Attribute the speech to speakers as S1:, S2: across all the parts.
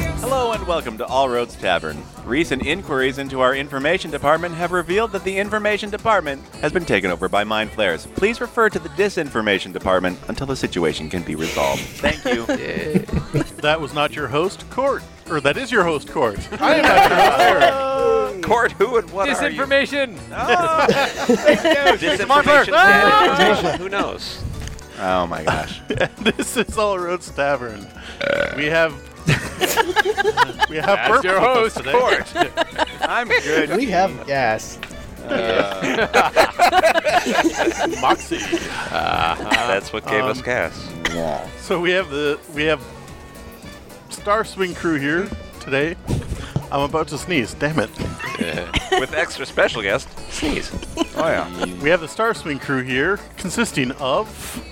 S1: and welcome to All Roads Tavern. Recent inquiries into our information department have revealed that the information department has been taken over by mind flares. Please refer to the disinformation department until the situation can be resolved. Thank you.
S2: That was not your host, Court. Or that is your host, Court. I am not your host,
S1: Court, who and what are you?
S3: Disinformation.
S1: Disinformation.
S4: Disinformation. Who knows?
S1: Oh my gosh.
S2: Court. This is All Roads Tavern. We have. we have
S3: That's
S2: Burp
S3: your
S2: with us
S3: host,
S2: today.
S3: Court.
S1: I'm good.
S5: We have gas.
S2: Moxie.
S4: Uh, That's what gave us
S2: Um,
S4: gas.
S2: So we have the we have Star Swing crew here today. I'm about to sneeze. Damn it.
S4: Uh, With extra special guest, sneeze.
S1: Oh yeah.
S2: We have the Star Swing crew here, consisting of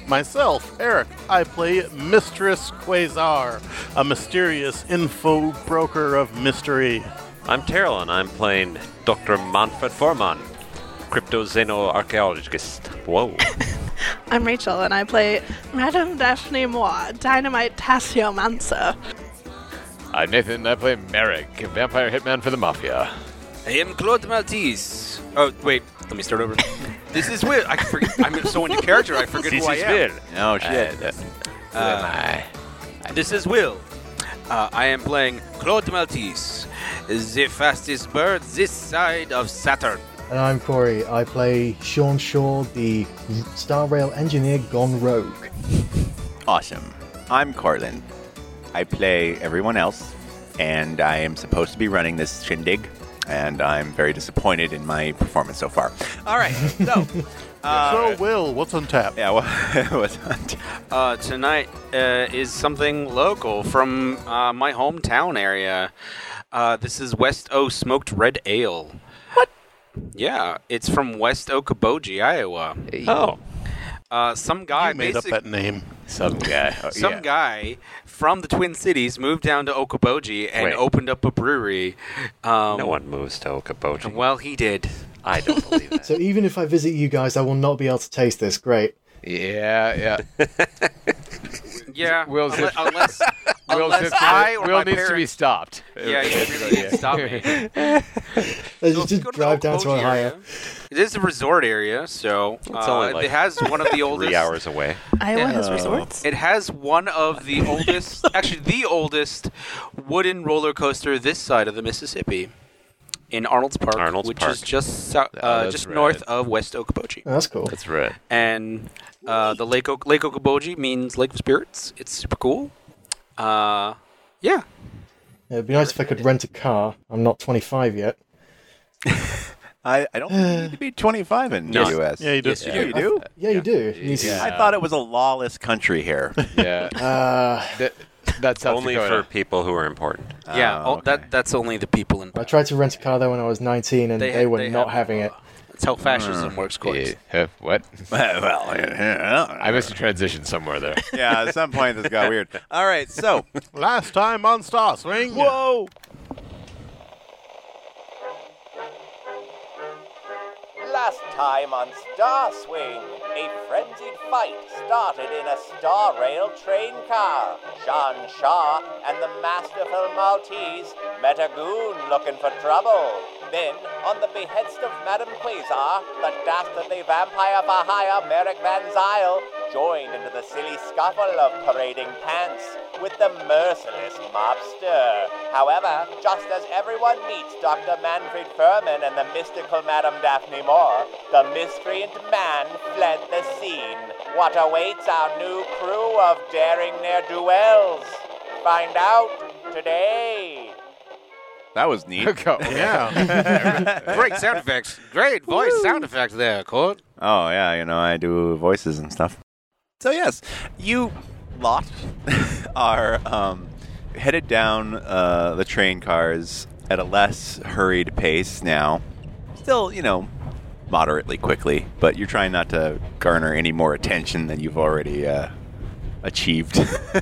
S2: myself, Eric. I play Mistress Quasar, a mysterious info broker of mystery.
S4: I'm Terrell, and I'm playing Dr. Manfred Forman, cryptozoarchaeologist. Whoa.
S6: I'm Rachel, and I play Madame Daphne Moore, Dynamite Tassiomancer.
S3: I'm Uh, Nathan. and I play Merrick, vampire hitman for the mafia.
S7: I am Claude Maltese. Oh wait, let me start over. this is weird. I forget. I'm so into character. I forget who I
S4: This is
S7: am. Uh,
S4: weird.
S1: Oh shit.
S7: This is Will. Uh, I am playing Claude Maltese, the fastest bird this side of Saturn.
S5: And I'm Corey. I play Sean Shaw, the Star Rail engineer gone rogue.
S1: Awesome. I'm Cortland. I play everyone else, and I am supposed to be running this shindig, and I'm very disappointed in my performance so far.
S7: All right. So
S2: so, Will, what's on tap?
S1: Yeah, well, what's on t-
S7: uh, tonight uh, is something local from uh, my hometown area. Uh, this is West O Smoked Red Ale. What? Yeah, it's from West Okoboji, Iowa.
S4: Oh.
S7: Uh, some guy
S2: I made up
S7: basic-
S2: that name.
S3: Some guy.
S4: Oh,
S7: some guy from the Twin Cities moved down to Okoboji and
S4: Wait.
S7: opened up a brewery. Um,
S4: No one moves to Okaboji.
S7: Well, he did.
S4: I don't believe that.
S5: So even if I visit you guys, I will not be able to taste this. Great.
S3: Yeah, yeah.
S7: Yeah.
S3: Will's
S7: unle-
S3: hip-
S7: unless
S3: Will
S7: unless I or
S3: Will
S7: my
S3: needs to be
S7: parents.
S3: stopped.
S7: yeah, you really need to stop me.
S5: Let's
S7: So if you
S5: just
S7: go to the
S5: drive down to
S7: Okoboji
S5: Ohio.
S7: area- It is a resort area, so uh,
S4: only like
S7: it has one of the oldest.
S4: Three hours away.
S6: Iowa
S7: Yeah.
S6: has resorts.
S7: It has one of the oldest, actually the oldest, wooden roller coaster this side of the Mississippi, in Arnold's Park,
S4: Arnold's
S7: which
S4: Park.
S7: is just sou- uh,
S3: that's
S7: just
S3: right.
S7: north of West Okoboji.
S5: Oh, that's cool.
S3: That's right.
S7: and uh, the Lake o- Lake Okoboji means Lake of Spirits. It's super cool. Uh, yeah,
S5: It'd be nice if I could rent a car. I'm not 25 yet.
S1: I, I don't think you need to be 25 in
S4: No.
S1: the U.S.
S2: Yeah, you do.
S1: Yes, you do. You do?
S5: Yeah, you do. You need to-
S3: Yeah.
S1: I thought it was a lawless country here.
S3: Yeah.
S5: Uh,
S3: That, that's South
S4: Only
S3: Dakota.
S4: for people who are important. Ah,
S7: yeah.
S1: Oh,
S7: Oh,
S1: okay.
S7: That that's only the people in.
S5: I tried to rent a car there when I was 19, and they,
S7: ha-
S5: were
S7: they
S5: not
S7: have-
S5: having it.
S7: That's how fascism works, Corey.
S3: Yeah. Huh, What?
S1: Hmm. well, I
S3: I missed a transition somewhere there.
S1: yeah, at some point this got weird. All right, so
S2: Last time on Star Swing.
S1: whoa. Last time on Star Swing, a frenzied fight started in a Star Rail train car. Sean Shaw and the masterful Maltese met a goon looking for trouble. Then, on the behest of Madame Quasar, the dastardly vampire for hire Merrick Van Zyle joined into the silly scuffle of parading pants with the merciless mobster. However, just as everyone meets Dr. Manfred Furman and the mystical Madame Daphne Moore, the miscreant man fled the scene. What awaits our new crew of daring ne'er-do-wells? Find out today. That was neat.
S3: Go.
S2: Yeah.
S7: Great sound effects. Great voice sound effect there, Court.
S1: Oh yeah, you know I do voices and stuff. So yes, you lot are um, headed down uh, the train cars at a less hurried pace now. Still, you know, moderately quickly, but you're trying not to garner any more attention than you've already uh, achieved.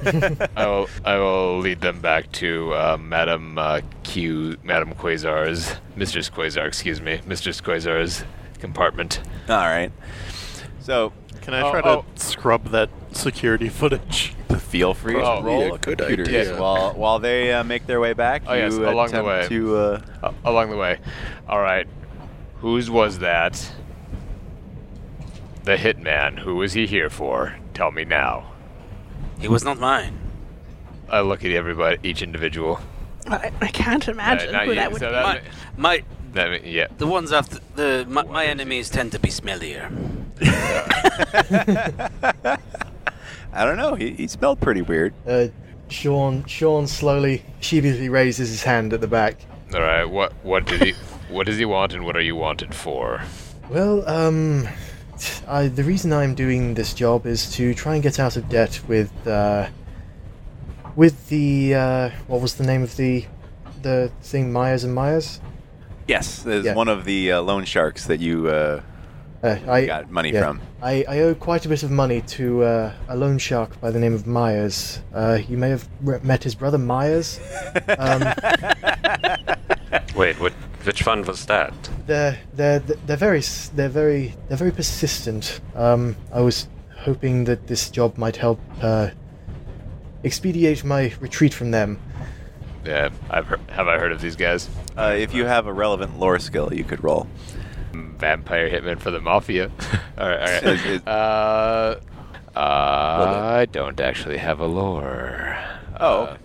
S3: I will. I will lead them back to uh, Madam uh, Q, Madam Quasar's, Mistress Quasar, excuse me, Mistress Quasar's compartment.
S1: All right. So
S2: Can I try
S3: Oh,
S2: to scrub that security footage?
S8: feel free.
S3: Oh,
S8: roll
S3: yeah,
S8: a
S3: good
S8: computer
S3: idea.
S8: check while while they uh, make their way back.
S3: Oh, yes,
S8: you
S3: along the
S8: attempt
S3: way.
S8: to uh,
S3: A- along the way. All right. Whose was that? The hitman. Who was he here for? Tell me now.
S7: It was not mine.
S3: I look at everybody, each individual.
S6: I, I can't imagine
S3: not
S6: who
S3: you,
S6: that would
S3: so
S6: be.
S3: that-
S7: My, my
S3: That mean, yeah.
S7: the ones after the my, my enemies tend to be smellier.
S8: I don't know. He, he smelled pretty weird.
S5: Uh, Sean, Sean slowly, sheepishly raises his hand at the back.
S3: All right. What what did he what does he want and what are you wanted for?
S5: Well, um, I, the reason I'm doing this job is to try and get out of debt with, uh, with the, uh, what was the name of the, the thing, Myers and Myers?
S8: Yes, there's
S5: Yeah.
S8: one of the uh, loan sharks that you uh,
S5: Uh, I
S8: got money
S5: yeah.
S8: from.
S5: I, I owe quite a bit of money to uh, a loan shark by the name of Myers. Uh, you may have re- met his brother Myers. Um,
S4: Wait, what, which fund was that?
S5: they're they're they're very s- they're very they're very persistent. Um, I was hoping that this job might help uh, expedite my retreat from them.
S3: Yeah. I've heard, have I heard of these guys?
S8: Uh, if you have a relevant lore skill, you could roll.
S3: Vampire hitman for the mafia. all right. All
S8: Is- is-
S3: right. Uh, I don't actually have a lore. Uh,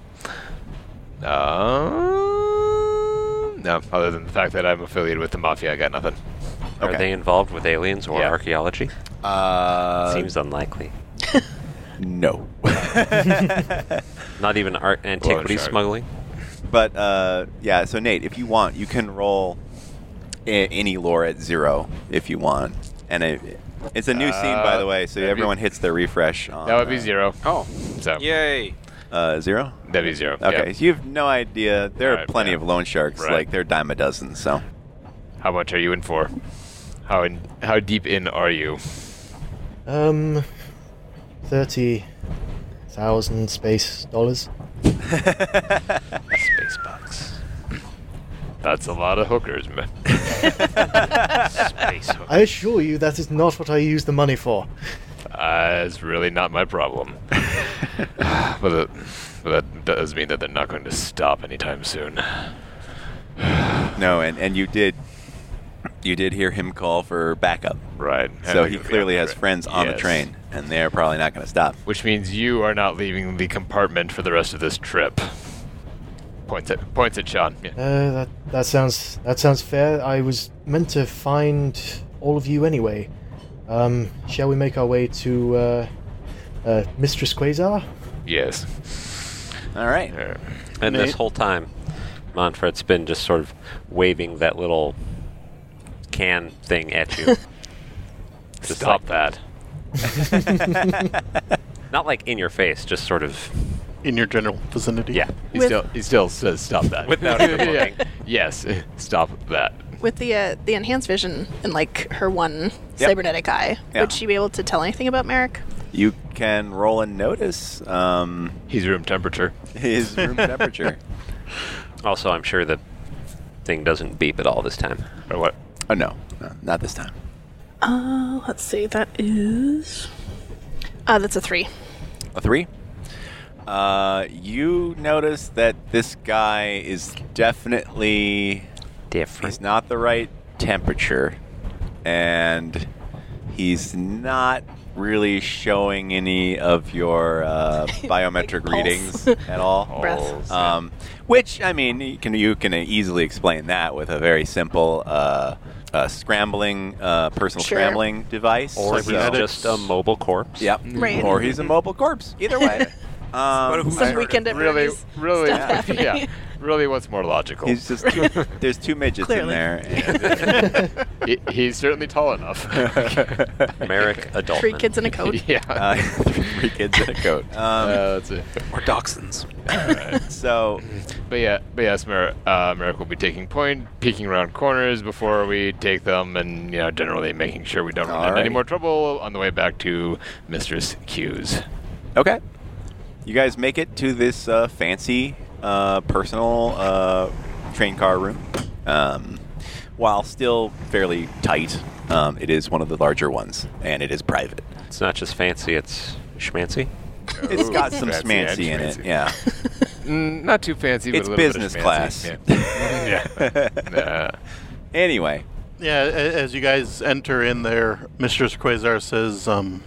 S8: Oh,
S3: Um, no, other than the fact that I'm affiliated with the mafia, I got nothing.
S8: Okay.
S4: Are they involved with aliens or
S3: Yeah.
S4: archaeology?
S8: uh,
S4: Seems unlikely.
S8: no.
S4: Not even art antiquity
S3: shark.
S4: smuggling.
S8: But uh, yeah, so Nate, if you want, you can roll a- any lore at zero if you want, and it, it's a new scene by
S3: Uh,
S8: the way, so
S3: that'd be-
S8: everyone hits their refresh. On,
S3: That would be
S8: uh,
S3: zero.
S7: Oh,
S3: So
S7: yay!
S8: Uh, zero.
S3: that'd be zero.
S8: Okay,
S3: yeah.
S8: so you have no idea. There are
S3: Alright,
S8: plenty
S3: yeah.
S8: of loan sharks.
S3: Right.
S8: Like they're dime a dozen. So
S3: How much are you in for? How in? How deep in are you?
S5: Um, thirty thousand space dollars.
S3: Space bucks. That's a lot of hookers, man. Space hookers.
S5: I assure you, that is not what I use the money for.
S3: That's Uh, really not my problem. but, that- but that does mean that they're not going to stop anytime soon.
S8: no, and and you did, you did hear him call for backup.
S3: Right. and
S8: So
S3: they're
S8: he
S3: gonna be
S8: clearly
S3: on
S8: has
S3: the
S8: friends on the
S3: Yes.
S8: train, and they're probably not going to stop.
S3: Which means you are not leaving the compartment for the rest of this trip. Points at points at Sean. Yeah.
S5: Uh, that that sounds that sounds fair. I was meant to find all of you anyway. Um, shall we make our way to uh, uh, Mistress Quasar?
S3: Yes.
S8: All right.
S3: Uh,
S4: And
S2: Nate?
S4: this whole time, Manfred's been just sort of waving that little can thing at you. Just
S3: Stop
S4: like- Not like in your face, just sort of.
S2: in your general vicinity.
S3: Yeah. He
S6: With-
S3: still he still says stop that.
S4: Without even
S3: Yeah.
S4: looking.
S3: Yes. Stop that.
S6: With the uh, the enhanced vision and like her one
S8: Yep.
S6: cybernetic eye,
S8: Yeah.
S6: would she be able to tell anything about Merrick?
S8: You can roll and notice um,
S3: He's room temperature.
S8: his room temperature.
S4: Also, I'm sure the thing doesn't beep at all this time.
S3: Or what?
S8: Oh no, no not this time.
S6: Uh, let's see. That is. Uh, that's a three.
S8: A three. Uh, you notice that this guy is definitely
S4: Different.
S8: he's not the right temperature and he's not really showing any of your uh, biometric
S6: Like pulse.
S8: readings at all
S6: Breath.
S8: um, which i mean you can you can easily explain that with a very simple uh, uh, scrambling uh, personal
S6: Sure.
S8: scrambling device
S4: Or he's
S8: So-
S4: just a mobile corpse.
S8: yep
S6: Right.
S8: or he's a mobile corpse either way um,
S6: Some weekend at
S3: really,
S6: Bernie's
S3: really,
S6: stuff happening.
S3: yeah, really. What's more logical?
S8: he's
S3: He's,
S8: just there's two midgets in
S6: Clearly.
S8: there and-
S3: he, he's certainly tall enough.
S4: Merrick adult.
S6: Three kids in a coat.
S3: yeah.
S8: uh, three kids in a coat um,
S3: Uh, that's it.
S7: Or dachshunds.
S8: so
S3: But yeah, but yes, Mer- uh, Merrick will be taking point, peeking around corners before we take them, and you know, generally making sure we don't run into
S8: Alrighty.
S3: any more trouble on the way back to Mistress Q's.
S8: Okay. You guys make it to this uh, fancy uh, personal uh, train car room. Um, while still fairly tight, um, it is one of the larger ones, and it is private.
S4: It's not just fancy, it's schmancy.
S8: It's got
S3: Ooh,
S8: some
S3: fancy,
S8: smancy in
S3: fancy.
S8: it. Yeah.
S3: Mm, not too fancy, but
S8: It's
S3: a little bit of
S8: business
S3: fancy. Yeah. yeah. Uh,
S8: Anyway,
S2: Yeah, a- as you guys enter in there, Mistress Quasar says, um,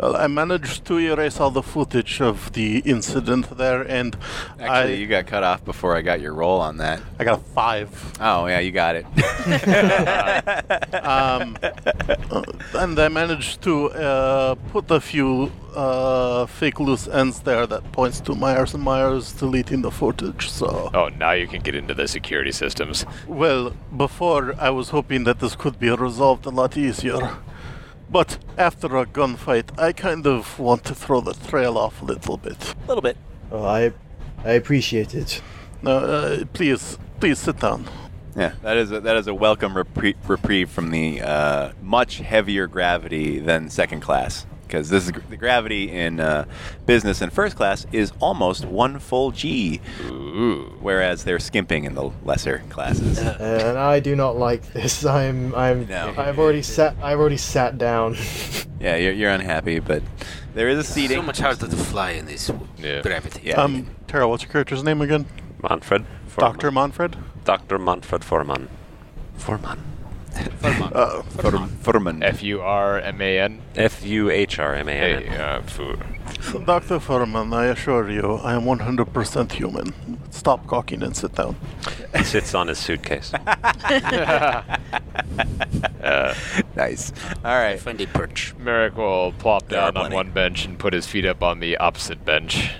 S2: well, I managed to erase all the footage of the incident there, and
S9: Actually,
S2: I,
S9: you got cut off before I got your roll on that.
S2: I got a five.
S9: Oh yeah, you got it.
S2: Um, uh, and I managed to uh, put a few uh, fake loose ends there that points to Myers and Myers deleting the footage, so...
S3: oh, now you can get into the security systems.
S2: Well, before I was hoping that this could be resolved a lot easier. But after a gunfight, I kind of want to throw the trail off a little bit.
S8: a little bit.
S5: Well, Oh, I, I appreciate it.
S2: No, uh, please, please sit down.
S8: Yeah, that is a, that is a welcome reprie- reprieve from the uh, much heavier gravity than second class because this is gr- the gravity in uh, business and first class is almost one full G,
S3: Ooh.
S8: whereas they're skimping in the lesser classes.
S5: And I do not like this. I'm, I'm,
S8: No.
S5: I've already sat, I've already sat down.
S8: Yeah, you're, you're unhappy, but there is a seating.
S7: So much harder to fly in this
S3: Yeah.
S7: gravity.
S8: Yeah.
S2: Um, Tara, what's your character's name again?
S4: Manfred. Forman.
S2: Doctor Manfred.
S4: Dr. Manfred Forman. Forman.
S2: Uh,
S8: Furman. Furman.
S3: F U R M A N.
S4: F U H R M A N.
S3: Hey, uh, food.
S2: Doctor Furman, I assure you, I am 100% human. Stop cocking and sit down.
S4: Sits on his suitcase.
S3: Uh,
S8: Nice. All right.
S7: Find a perch.
S3: Merrick will plop
S8: There are
S3: down on
S8: plenty.
S3: one bench and put his feet up on the opposite bench,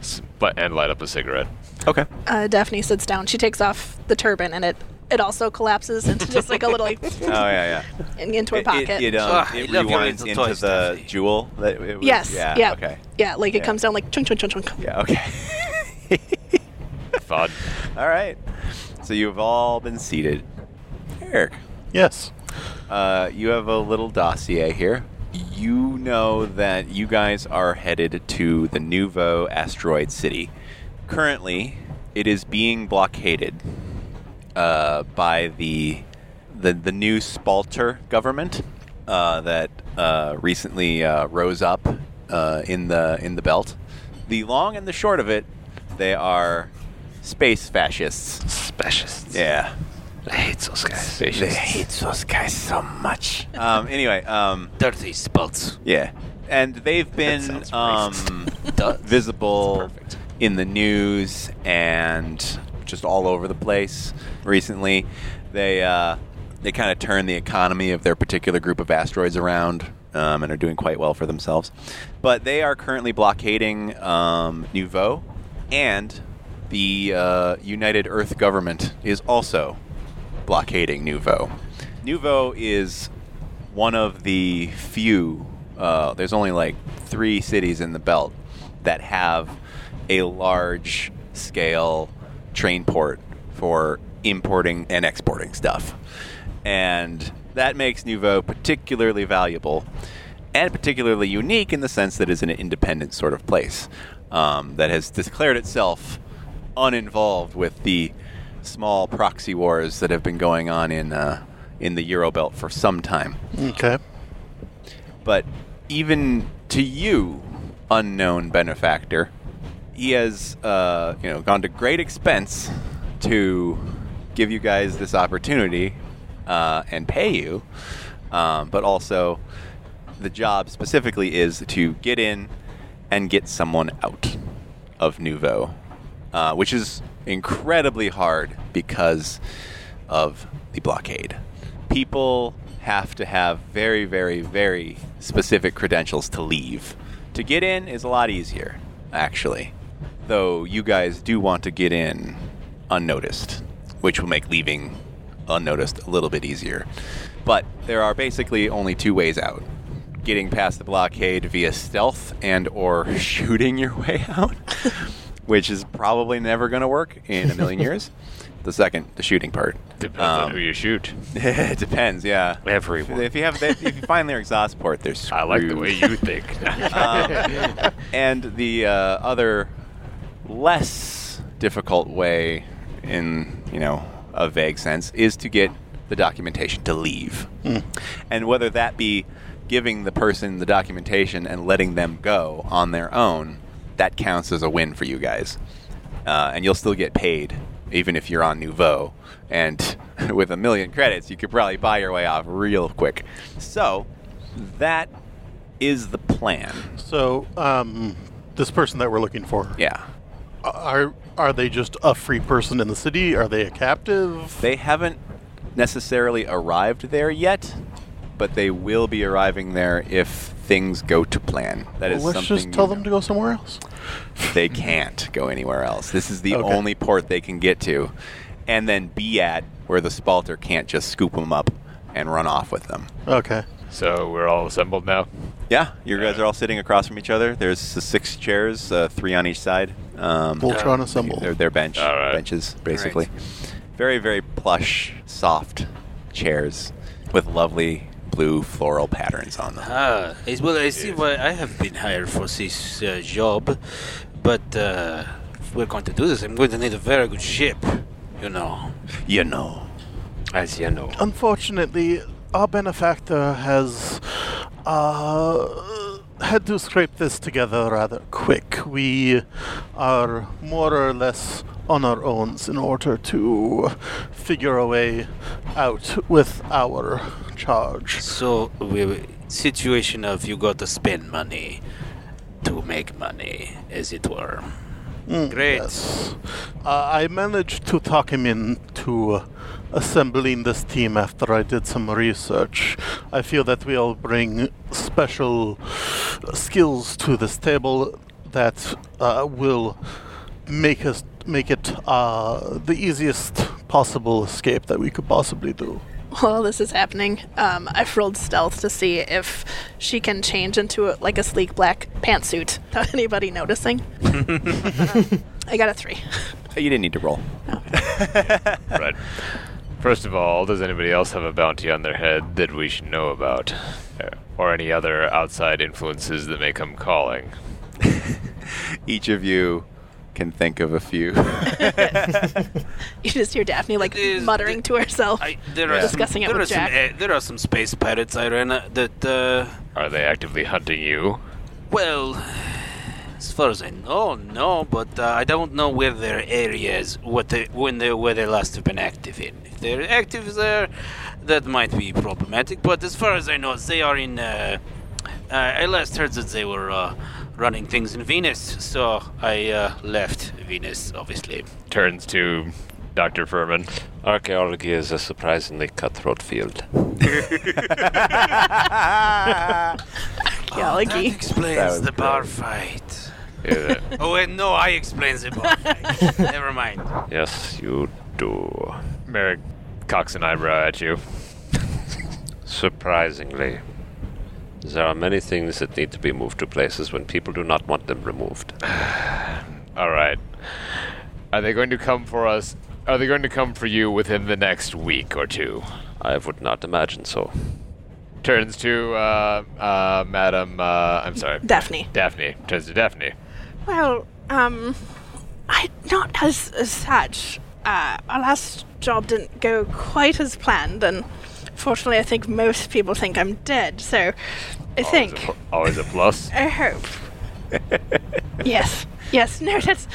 S3: S- but and light up a cigarette.
S8: Okay.
S6: Uh, Daphne sits down. She takes off the turban, and it it also collapses into just like a little like,
S8: Oh yeah, yeah.
S6: in- into her
S8: It, it,
S6: pocket.
S8: it, um,
S7: Ah,
S8: it
S7: I love your
S8: rewinds
S7: little
S8: into
S7: toys,
S8: the
S7: Daphne.
S8: jewel. That it was,
S6: yes.
S8: Yeah.
S6: Yeah. Yeah.
S8: Okay.
S6: Like it
S8: Yeah.
S6: comes down like chunk chunk chunk chunk.
S8: Yeah. Okay.
S3: Fun.
S8: All right. So you've all been seated. Eric,
S2: Yes.
S8: uh, you have a little dossier here. You know that you guys are headed to the Nouveau asteroid city. Currently, it is being blockaded uh, by the, the the new Spalter government uh, that uh, recently uh, rose up uh, in the in the belt. The long and the short of it, they are space fascists.
S4: Specialists.
S8: Yeah.
S4: I hate those guys.
S8: They hate those guys so much. Um, anyway, um,
S7: Dirty spots.
S8: yeah. And they've been
S3: sounds
S8: um,
S7: Duh.
S8: visible
S3: That's perfect.
S8: in the news and just all over the place recently. They uh, they kind of turn the economy of their particular group of asteroids around um, and are doing quite well for themselves. But they are currently blockading um, Nouveau, and the uh, United Earth government is also blockading Nouveau. Nouveau is one of the few. Uh, there's only like three cities in the belt that have a large scale train port for importing and exporting stuff, and that makes Nouveau particularly valuable and particularly unique in the sense that it's an independent sort of place um, that has declared itself uninvolved with the small proxy wars that have been going on in uh, in the Eurobelt for some time.
S2: Okay.
S8: But even to you, unknown benefactor, he has uh, you know gone to great expense to give you guys this opportunity uh, and pay you, um, but also the job specifically is to get in and get someone out of Nouveau, uh, which is incredibly hard because of the blockade. People have to have very, very, very specific credentials to leave. To get in is a lot easier, actually. Though you guys do want to get in unnoticed, which will make leaving unnoticed a little bit easier. But there are basically only two ways out getting past the blockade via stealth and or shooting your way out which is probably never going to work in a million years the second the shooting part
S3: Depends
S8: Um,
S3: on who you shoot.
S8: it depends yeah
S4: Everyone.
S8: if you have if you find their exhaust port they're screwed.
S3: I like the way you think.
S8: Um, and the uh, other less difficult way, in you know a vague sense, is to get the documentation to leave, and whether that be giving the person the documentation and letting them go on their own, that counts as a win for you guys. Uh, and you'll still get paid, even if you're on Nouveau. And with a million credits, you could probably buy your way off real quick. So, that is the plan.
S2: So, um, this person that we're looking for,
S8: Yeah.
S2: are are they just a free person in the city? Are they a captive?
S8: They haven't necessarily arrived there yet, but they will be arriving there if things go to plan. That is
S2: Well, let's
S8: something
S2: just tell
S8: you
S2: them to go somewhere else.
S8: they can't go anywhere else. This is the
S2: Okay.
S8: only port they can get to, and then be at where the Spalter can't just scoop them up and run off with them.
S2: Okay.
S3: So we're all assembled now.
S8: Yeah, you guys are all sitting across from each other. There's the six chairs, uh, three on each side. Um,
S2: We'll try and assemble.
S8: They're, they're bench
S3: All right.
S8: benches, basically. Very, very plush, soft chairs with lovely blue floral patterns on them.
S10: Ah, is- well, I see why I have been hired for this uh, job, but uh, if we're going to do this, I'm going to need a very good ship, you know.
S8: You know.
S10: As you know.
S2: Unfortunately, our benefactor has uh, had to scrape this together rather quick. We are more or less on our own in order to figure a way out with our charge.
S10: So, we, we- situation of you got to spend money to make money, as it were.
S7: Great.
S2: Mm, Yes. Uh, I managed to talk him into uh, assembling this team after I did some research. I feel that we all bring special skills to this table that uh, will make us make it uh, the easiest possible escape that we could possibly do.
S6: While this is happening, um, I've rolled stealth to see if she can change into a, like a sleek black pantsuit without anybody noticing. Um, I got a three.
S8: You didn't need to roll.
S3: Right. First of all, does anybody else have a bounty on their head that we should know about? Uh, Or any other outside influences that may come calling?
S8: Each of you can think of a few.
S6: You just hear Daphne like
S10: It is-
S6: muttering to herself.
S10: I, there
S8: Yeah.
S10: are
S6: Discussing it
S10: some, there
S6: with
S10: are some,
S6: Jack.
S10: eh, there are some space pirates I ran uh, that, uh,
S3: Are they actively hunting you?
S10: well, as far as I know, no, but uh, I don't know where their areas, what they, when they, where they last have been active in. If they're active there, that might be problematic. But as far as I know, they are in. Uh, uh, I last heard that they were uh, running things in Venus, so I uh, left Venus, obviously.
S3: Turns to Dr. Furman.
S4: Archaeology is a surprisingly cutthroat field.
S6: Archaeology.
S10: That
S8: That was
S10: Ah, explains the bar fight.
S3: Yeah,
S10: Oh wait, no, I explained the bar fight. Never mind.
S4: Yes, you do.
S3: Merrick cocks an eyebrow at you.
S4: Surprisingly, there are many things that need to be moved to places when people do not want them removed.
S3: All right. Are they going to come for us? Are they going to come for you within the next week or two?
S4: I would not imagine so.
S3: Turns to uh, uh, Madam. Uh, I'm sorry.
S6: Daphne.
S3: Daphne. Turns to Daphne.
S6: Well, um, I not as as such. Uh, our last job didn't go quite as planned, and fortunately, I think most people think I'm dead. So,
S10: Oh,
S6: I
S3: Always a
S6: think
S3: pl- Always a plus.
S6: I hope. yes, yes. No, that's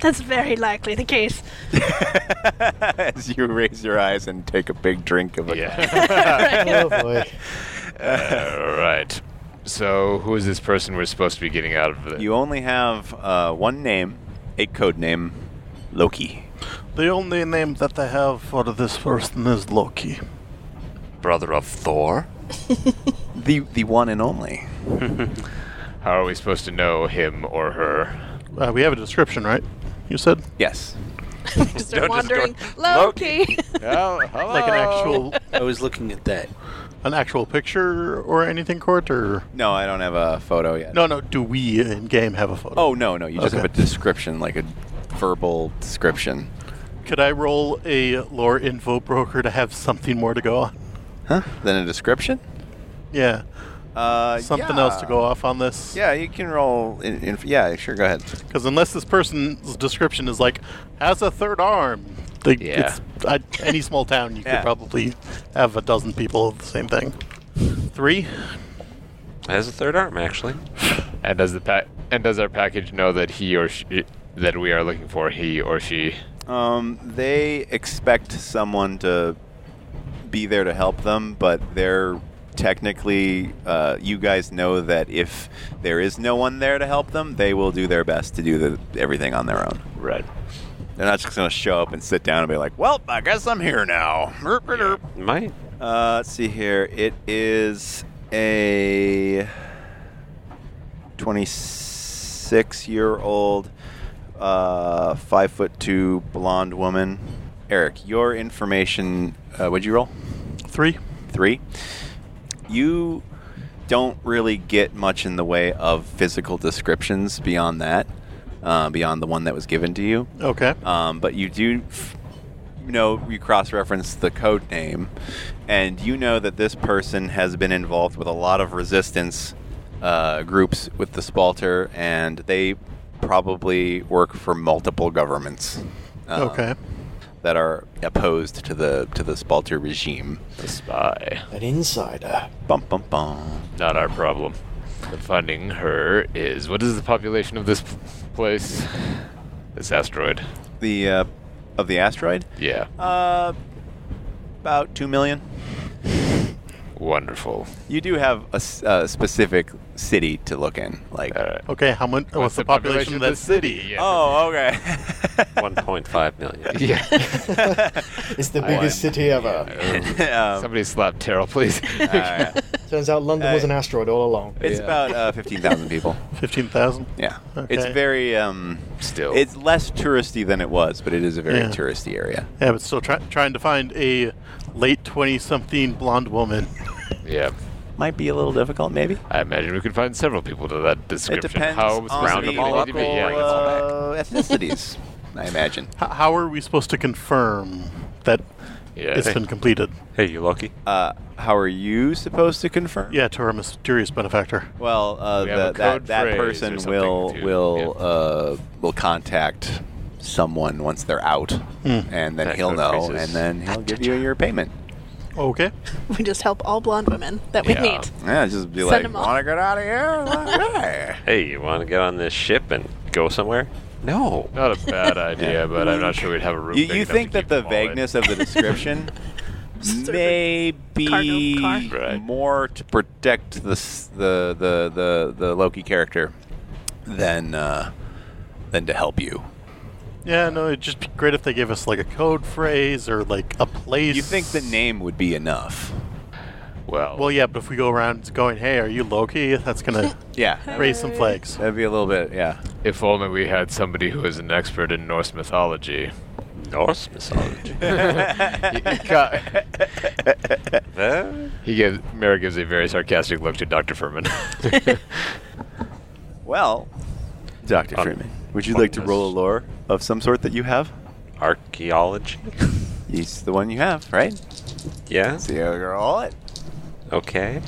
S6: that's very likely the case.
S8: As you raise your eyes and take a big drink of a
S3: yeah.
S5: Oh boy.
S3: All right. So, who is this person we're supposed to be getting out of the
S8: You only have uh, one name, a code name, Loki.
S2: The only name that I have for this person is Loki.
S4: Brother of Thor?
S8: The the one and only.
S3: How are we supposed to know him or her?
S2: Uh, we have a description, right? You said
S8: Yes.
S6: Just start wandering. Loki.
S3: Oh,
S2: like an actual
S10: I was looking at that.
S2: an actual picture or anything, Court, or
S8: No, I don't have a photo yet.
S2: no, no. Do we in game have a photo?
S8: Oh no, no. You just
S2: Okay.
S8: have a description, like a verbal description.
S2: could I roll a lore info broker to have something more to go on?
S8: Huh? Then a description.
S2: Yeah,
S8: Uh,
S2: something
S8: yeah.
S2: else to go off on this.
S8: Yeah, you can roll. In, in, yeah, sure. Go ahead.
S2: Because unless this person's description is like has a third arm, they,
S3: Yeah.
S2: it's, I, any small town you
S8: Yeah.
S2: could probably have a dozen people of the same thing. Three.
S4: Has a third arm, actually.
S3: And does the pa- and does our package know that he or she that we are looking for he or she?
S8: Um, they expect someone to be there to help them, but they're technically, uh, you guys know that if there is no one there to help them, they will do their best to do the, everything on their own.
S3: Right.
S8: They're not just going to show up and sit down and be like, well, I guess I'm here now. Erp, erp, erp.
S4: Might.
S8: Uh, let's see here. It is a 26 year old, uh, five foot two blonde woman. Eric, your information. Uh, would you roll?
S2: Three.
S8: Three. You don't really get much in the way of physical descriptions beyond that, uh, beyond the one that was given to you.
S2: Okay.
S8: Um, but you do f- know you cross reference the code name, and you know that this person has been involved with a lot of resistance uh, groups with the Spalter, and they probably work for multiple governments. uh,
S2: okay.
S8: That are opposed to the to the Spalter regime.
S3: The spy.
S5: An insider.
S8: Bum bum bum.
S3: Not our problem. But finding her is what is the population of this p- place? This asteroid.
S8: The uh, of the asteroid.
S3: Yeah.
S8: Uh, about two million.
S3: Wonderful.
S8: You do have a, s- a specific city to look in, like.
S3: All right.
S2: Okay, how much? What's, the, population, of that city?
S3: Yeah.
S8: Oh, okay.
S4: 1.5 million.
S3: Yeah.
S5: It's the biggest city ever.
S8: Um,
S3: Somebody slap Terrell, please.
S8: alright.
S5: Turns out London was an asteroid all along.
S8: It's about uh, fifteen thousand people.
S2: Fifteen thousand.
S8: Yeah,
S2: Okay.
S8: it's very um,
S3: Still.
S8: It's less touristy than it was, but it is a very
S2: Yeah.
S8: touristy area.
S2: Yeah, but still try- trying to find a late twenty-something blonde woman.
S3: yeah.
S8: Might be a little difficult, maybe.
S3: I imagine we could find several people to that
S8: It
S3: description.
S8: depends
S3: How
S8: on the
S3: specific they need to
S8: local
S3: be. Yeah, it's-
S8: uh, ethnicities, I imagine.
S2: H- how are we supposed to confirm that
S3: yeah.
S2: it's been completed?
S4: Hey, you lucky?
S8: Uh, how are you supposed to confirm?
S2: Yeah, to our mysterious benefactor.
S8: Well, uh,
S3: We have a
S8: the, that
S3: code
S8: that
S3: phrase or
S8: person
S3: something
S8: will
S3: to-
S8: will
S3: yeah.
S8: uh, will contact someone once they're out,
S2: Hmm.
S8: and then
S3: That
S8: he'll
S3: code
S8: know,
S3: phrase is-
S8: and then he'll give you your payment.
S2: Okay.
S6: We just help all blonde women that we
S3: Yeah.
S6: need.
S8: Yeah, just be
S6: Send
S8: like,
S6: them off.
S8: want to get out of here?
S4: Hey, you want to get on this ship and go somewhere?
S8: no.
S3: Not a bad idea, but I'm not sure we'd have a room.
S8: You,
S3: big
S8: you
S3: enough
S8: think
S3: to
S8: that
S3: keep
S8: the
S3: them all in.
S8: vagueness of the description
S6: Sort of
S8: may be
S6: cargo
S3: car. Right.
S8: more to protect the s- the the the, the Loki character than uh, than to help you.
S2: Yeah, no, it'd just be great if they gave us like a code phrase or like a place.
S8: You think the name would be enough?
S3: Well,
S2: Well, yeah, but if we go around going, "Hey, are you Loki?" That's gonna
S8: Yeah,
S2: raise some flags.
S8: that'd be a little bit. Yeah,
S3: if only we had somebody who is an expert in Norse mythology.
S4: Norse mythology.
S3: he, he ca-
S4: There?
S3: he gives Mara gives a very sarcastic look to Doctor Furman.
S8: Well, Dr.
S4: Uh,
S8: Freeman, would you like to roll a lore of some sort that you have?
S4: Archaeology?
S8: He's the one you have, right?
S4: Yeah.
S8: So you roll it.
S4: Okay.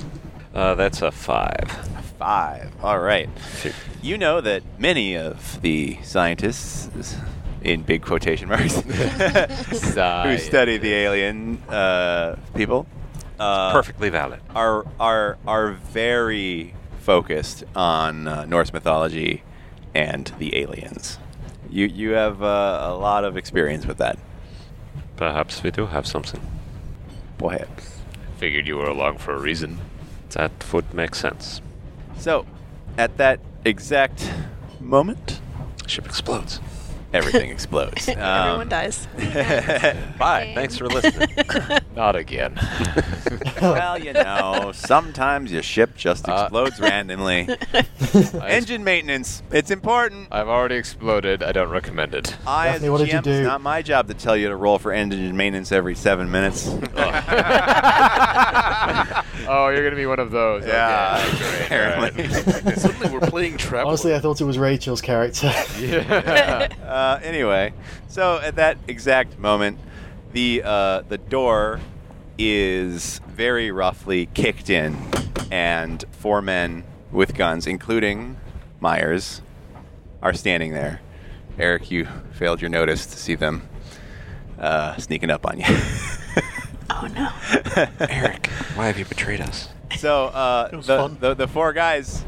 S4: Uh, that's a five.
S8: Five. All right. You know that many of the scientists, in big quotation marks, who study the alien uh, people, uh,
S4: Perfectly valid.
S8: are are are very focused on uh, Norse mythology and the aliens. You you have uh, a lot of experience with that.
S4: Perhaps we do have something.
S8: Perhaps.
S3: Figured you were along for a reason.
S4: That would make sense.
S8: So, at that exact moment,
S4: Ship explodes.
S8: everything explodes.
S6: Everyone
S8: Um,
S6: dies.
S4: Bye. Thanks for listening.
S3: Not again.
S8: well, you know, sometimes your ship just
S3: Uh,
S8: explodes randomly. Engine maintenance, it's important.
S3: I've already exploded. I don't recommend it.
S8: I, as
S5: Daphne, what did you
S8: GM, it's
S5: do?
S8: not my job to tell you to roll for engine maintenance every seven minutes.
S3: Oh, you're gonna be one of those.
S8: yeah,
S3: Okay.
S8: apparently.
S10: Suddenly we're playing Traveler.
S5: Honestly, I thought it was Rachel's character.
S3: Yeah.
S8: Uh, anyway, so at that exact moment, the uh, the door is very roughly kicked in, and four men with guns, including Myers, are standing there. Eric, you failed your notice to see them uh, sneaking up on you.
S6: Oh no.
S4: Eric, why have you betrayed us?
S8: So uh, the, the the four guys,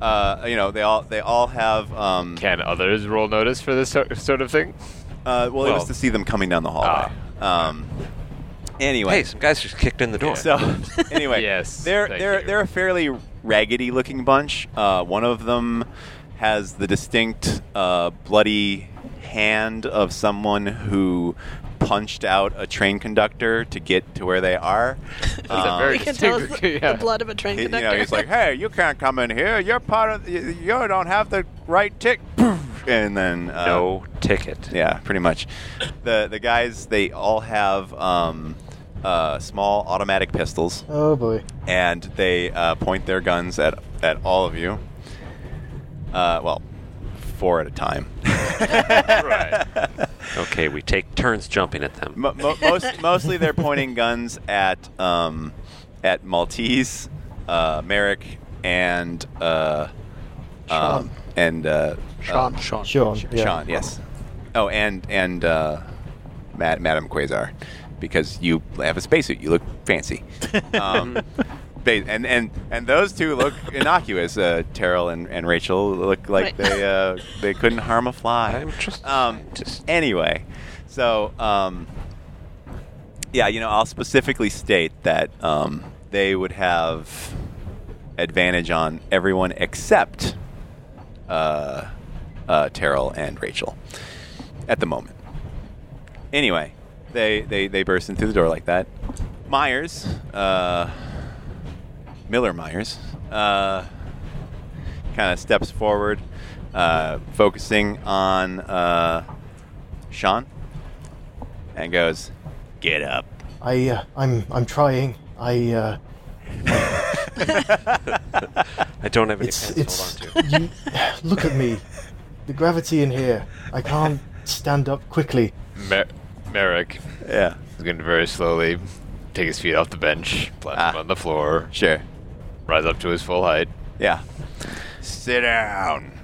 S8: uh, you know, they all they all have. Um,
S3: Can others roll notice for this so- sort of thing?
S8: Uh, well, it was to see them coming down the hallway. um, anyway,
S4: Hey, some guys just kicked in the door.
S8: So anyway,
S3: Yes,
S8: they're
S3: thank
S8: they're
S3: you.
S8: they're a fairly raggedy looking bunch. Uh, one of them has the distinct uh, bloody hand of someone who punched out a train conductor to get to where they are. Um,
S3: very
S6: You can tell it's
S3: distinct- yeah.
S6: the blood of a train
S8: he- you
S6: conductor.
S8: know, he's like, "Hey, you can't come in here. You're part of. You, you don't have the right tick." And then uh,
S4: no ticket.
S8: yeah, pretty much. The the guys they all have um, uh, small automatic pistols,
S5: Oh boy.
S8: and they uh, point their guns at at all of you. Uh, well, four at a time.
S3: right.
S4: Okay, we take turns jumping at them.
S8: Mo- mo- most mostly they're pointing guns at um, at Maltese, uh, Merrick, and uh,
S2: Sean.
S8: um, and uh,
S2: Sean.
S10: Sean.
S5: Sean. yeah.
S8: Sean, yes. Oh, and and uh, Mad- Madam Quasar, because you have a spacesuit, you look fancy. Um, ba- and and and those two look innocuous. Uh, Terrell and, and Rachel look
S6: Right.
S8: like they uh, they couldn't harm a fly.
S4: I'm just-
S8: um,
S4: just-
S8: anyway. So um, yeah, you know, I'll specifically state that um, they would have advantage on everyone except uh, uh, Terrell and Rachel at the moment. Anyway, they, they, they burst in through the door like that. Myers, uh, Miller Myers, uh, kind of steps forward, uh, focusing on uh, Sean, and goes, Get up.
S5: I uh, I'm I'm trying. I uh,
S4: I don't have any
S5: it's
S4: pants
S5: it's
S4: to hold on to.
S5: you, look at me. The gravity in here. I can't stand up quickly.
S3: Mer- Merrick
S8: Yeah,
S3: is going to very slowly take his feet off the bench, plant
S8: Ah.
S3: them on the floor,
S8: sure.
S3: rise up to his full height.
S8: Yeah. Sit down.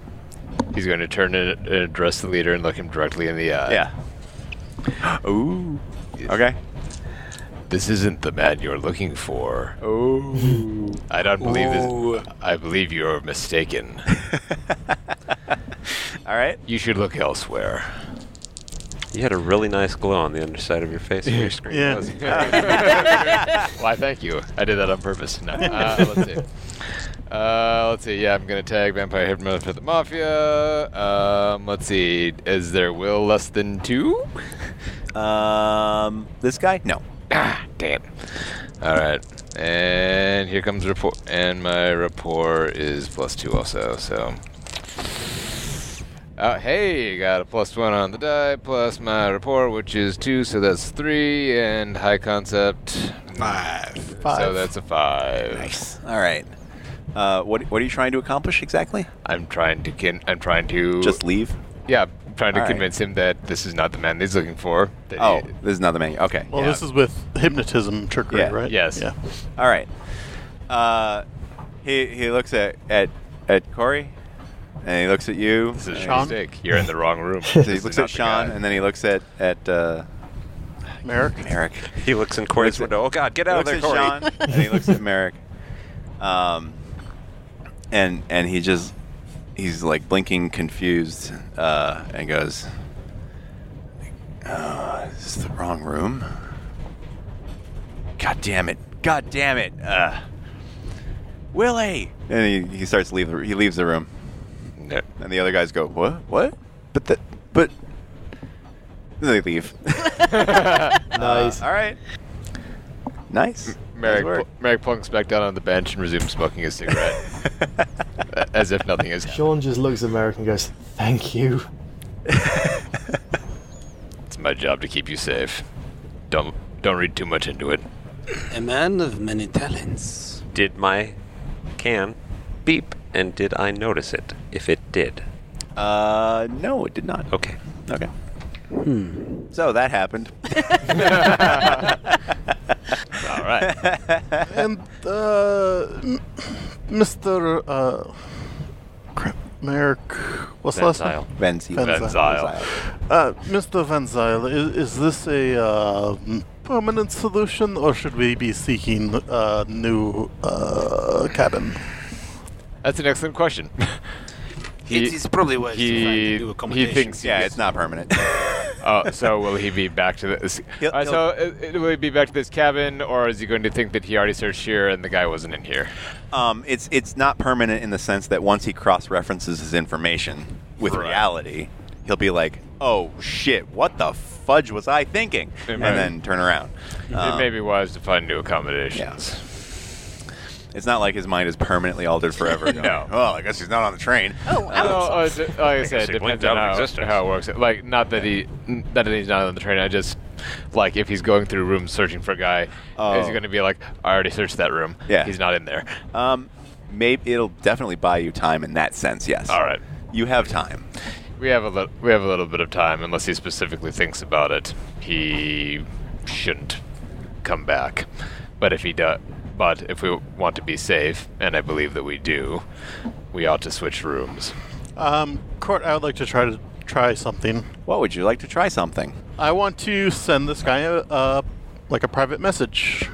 S3: He's going to turn and and address the leader and look him directly in the eye.
S8: Yeah. Ooh. Okay.
S3: This isn't the man you're looking for.
S8: Ooh.
S3: I don't believe this. I believe you're mistaken.
S8: All right.
S3: You should look elsewhere.
S4: You had a really nice glow on the underside of your face when you screamed.
S2: Yeah.
S3: Why, thank you. I did that on purpose. No. Uh, let's see. Uh, let's see. Yeah, I'm going to tag Vampire Hitman for the Mafia. Um, let's see. Is there will less than two?
S8: Um, this guy? No.
S3: Ah, damn. All right. And here comes report. And my rapport is plus two also, so. Uh, hey, got a plus one on the die, plus my rapport, which is two, so that's three, and high concept. Five. So
S2: Five.
S3: that's a five.
S8: All right. Uh, what What are you trying to accomplish exactly?
S3: I'm trying to kin- I'm trying to
S8: Just leave.
S3: yeah, I'm trying to
S8: All right.
S3: convince him that this is not the man he's looking for. that
S8: Oh,
S3: he-
S8: this is not the menu. Okay.
S2: Well,
S3: Yeah.
S2: this is with hypnotism trickery,
S8: Yeah.
S2: right?
S3: Yes.
S2: Yeah.
S8: All right. Uh, he he looks at at at Corey, and he looks at you.
S3: this is
S8: and
S3: Sean.
S2: Sean?
S3: Mistake. You're in the wrong room.
S8: he- He looks at Sean, and then he looks at at uh,
S2: Merrick.
S8: Merrick.
S4: He looks in Corey's
S8: Looks at-
S4: window. Oh God, get
S8: He
S4: out of
S8: looks
S4: there,
S8: at
S4: Corey!
S8: Sean, and he looks at Merrick. Um, and and he just he's like blinking, confused, uh, and goes, uh, "Is this the wrong room? God damn it! God damn it! Uh, Willie!" And he, he starts to leave. The, he leaves the room,
S3: No.
S8: and the other guys go, "What? What? But the but." They leave.
S5: Nice.
S8: Uh, all right. Nice.
S3: Merrick,
S8: Nice work.
S3: pl- Merrick plunks back down on the bench and resumes smoking his cigarette as if nothing is.
S5: Sean just looks at Merrick and goes, "Thank you."
S3: It's my job to keep you safe. Don't don't read too much into it.
S10: A man of many talents.
S4: Did my can beep, and did I notice it? If it did,
S8: Uh, no, it did not.
S4: okay.
S8: Okay. So that happened.
S3: All right.
S2: And uh, m- Mr. Uh, crap, Merrick, what's
S4: That's
S2: last name?
S8: Ben's
S2: Ben's
S3: Exile.
S2: Uh, Mr. Van Zyl, is, is this a um permanent solution, or should we be seeking a new uh, cabin?
S3: That's an excellent question.
S10: It is probably wise to find a new
S3: he
S10: accommodation.
S3: thinks
S8: Yeah, it's not permanent.
S3: Oh, so will he be back to this?
S8: He'll-
S3: Uh, so uh, uh, will he be back to this cabin, or is he going to think that he already searched here and the guy wasn't in here?
S8: Um, it's it's not permanent in the sense that once he cross references his information with reality, he'll be like, "Oh shit, what the fudge was I thinking?"
S3: It
S8: and
S3: might-
S8: then turn around.
S3: it
S8: Um,
S3: may be wise to find new accommodations.
S8: It's not like his mind is permanently altered forever.
S3: No.
S8: Oh, I guess he's not on the train.
S6: Oh,
S3: No,
S6: ouch.
S3: uh, d- like I
S4: guess
S3: said,
S4: it
S3: it
S4: blinked
S3: depends
S4: out
S3: on
S4: of
S3: how,
S4: existence.
S3: how it works. Like, not that he, n- not that he's not on the train. I just, like, if he's going through rooms searching for a guy, is
S8: Oh.
S3: he going to be like, I already searched that room.
S8: Yeah.
S3: he's not in there.
S8: Um, maybe it'll definitely buy you time in that sense. Yes.
S3: All right,
S8: You have time.
S3: we have a little, we have a little bit of time. Unless he specifically thinks about it, he shouldn't come back. But if he does, but if we want to be safe, and I believe that we do, we ought to switch rooms.
S2: Um, Court, I would like to try to try something.
S8: What would you like to try something?
S2: I want to send this guy a, uh, like a private message.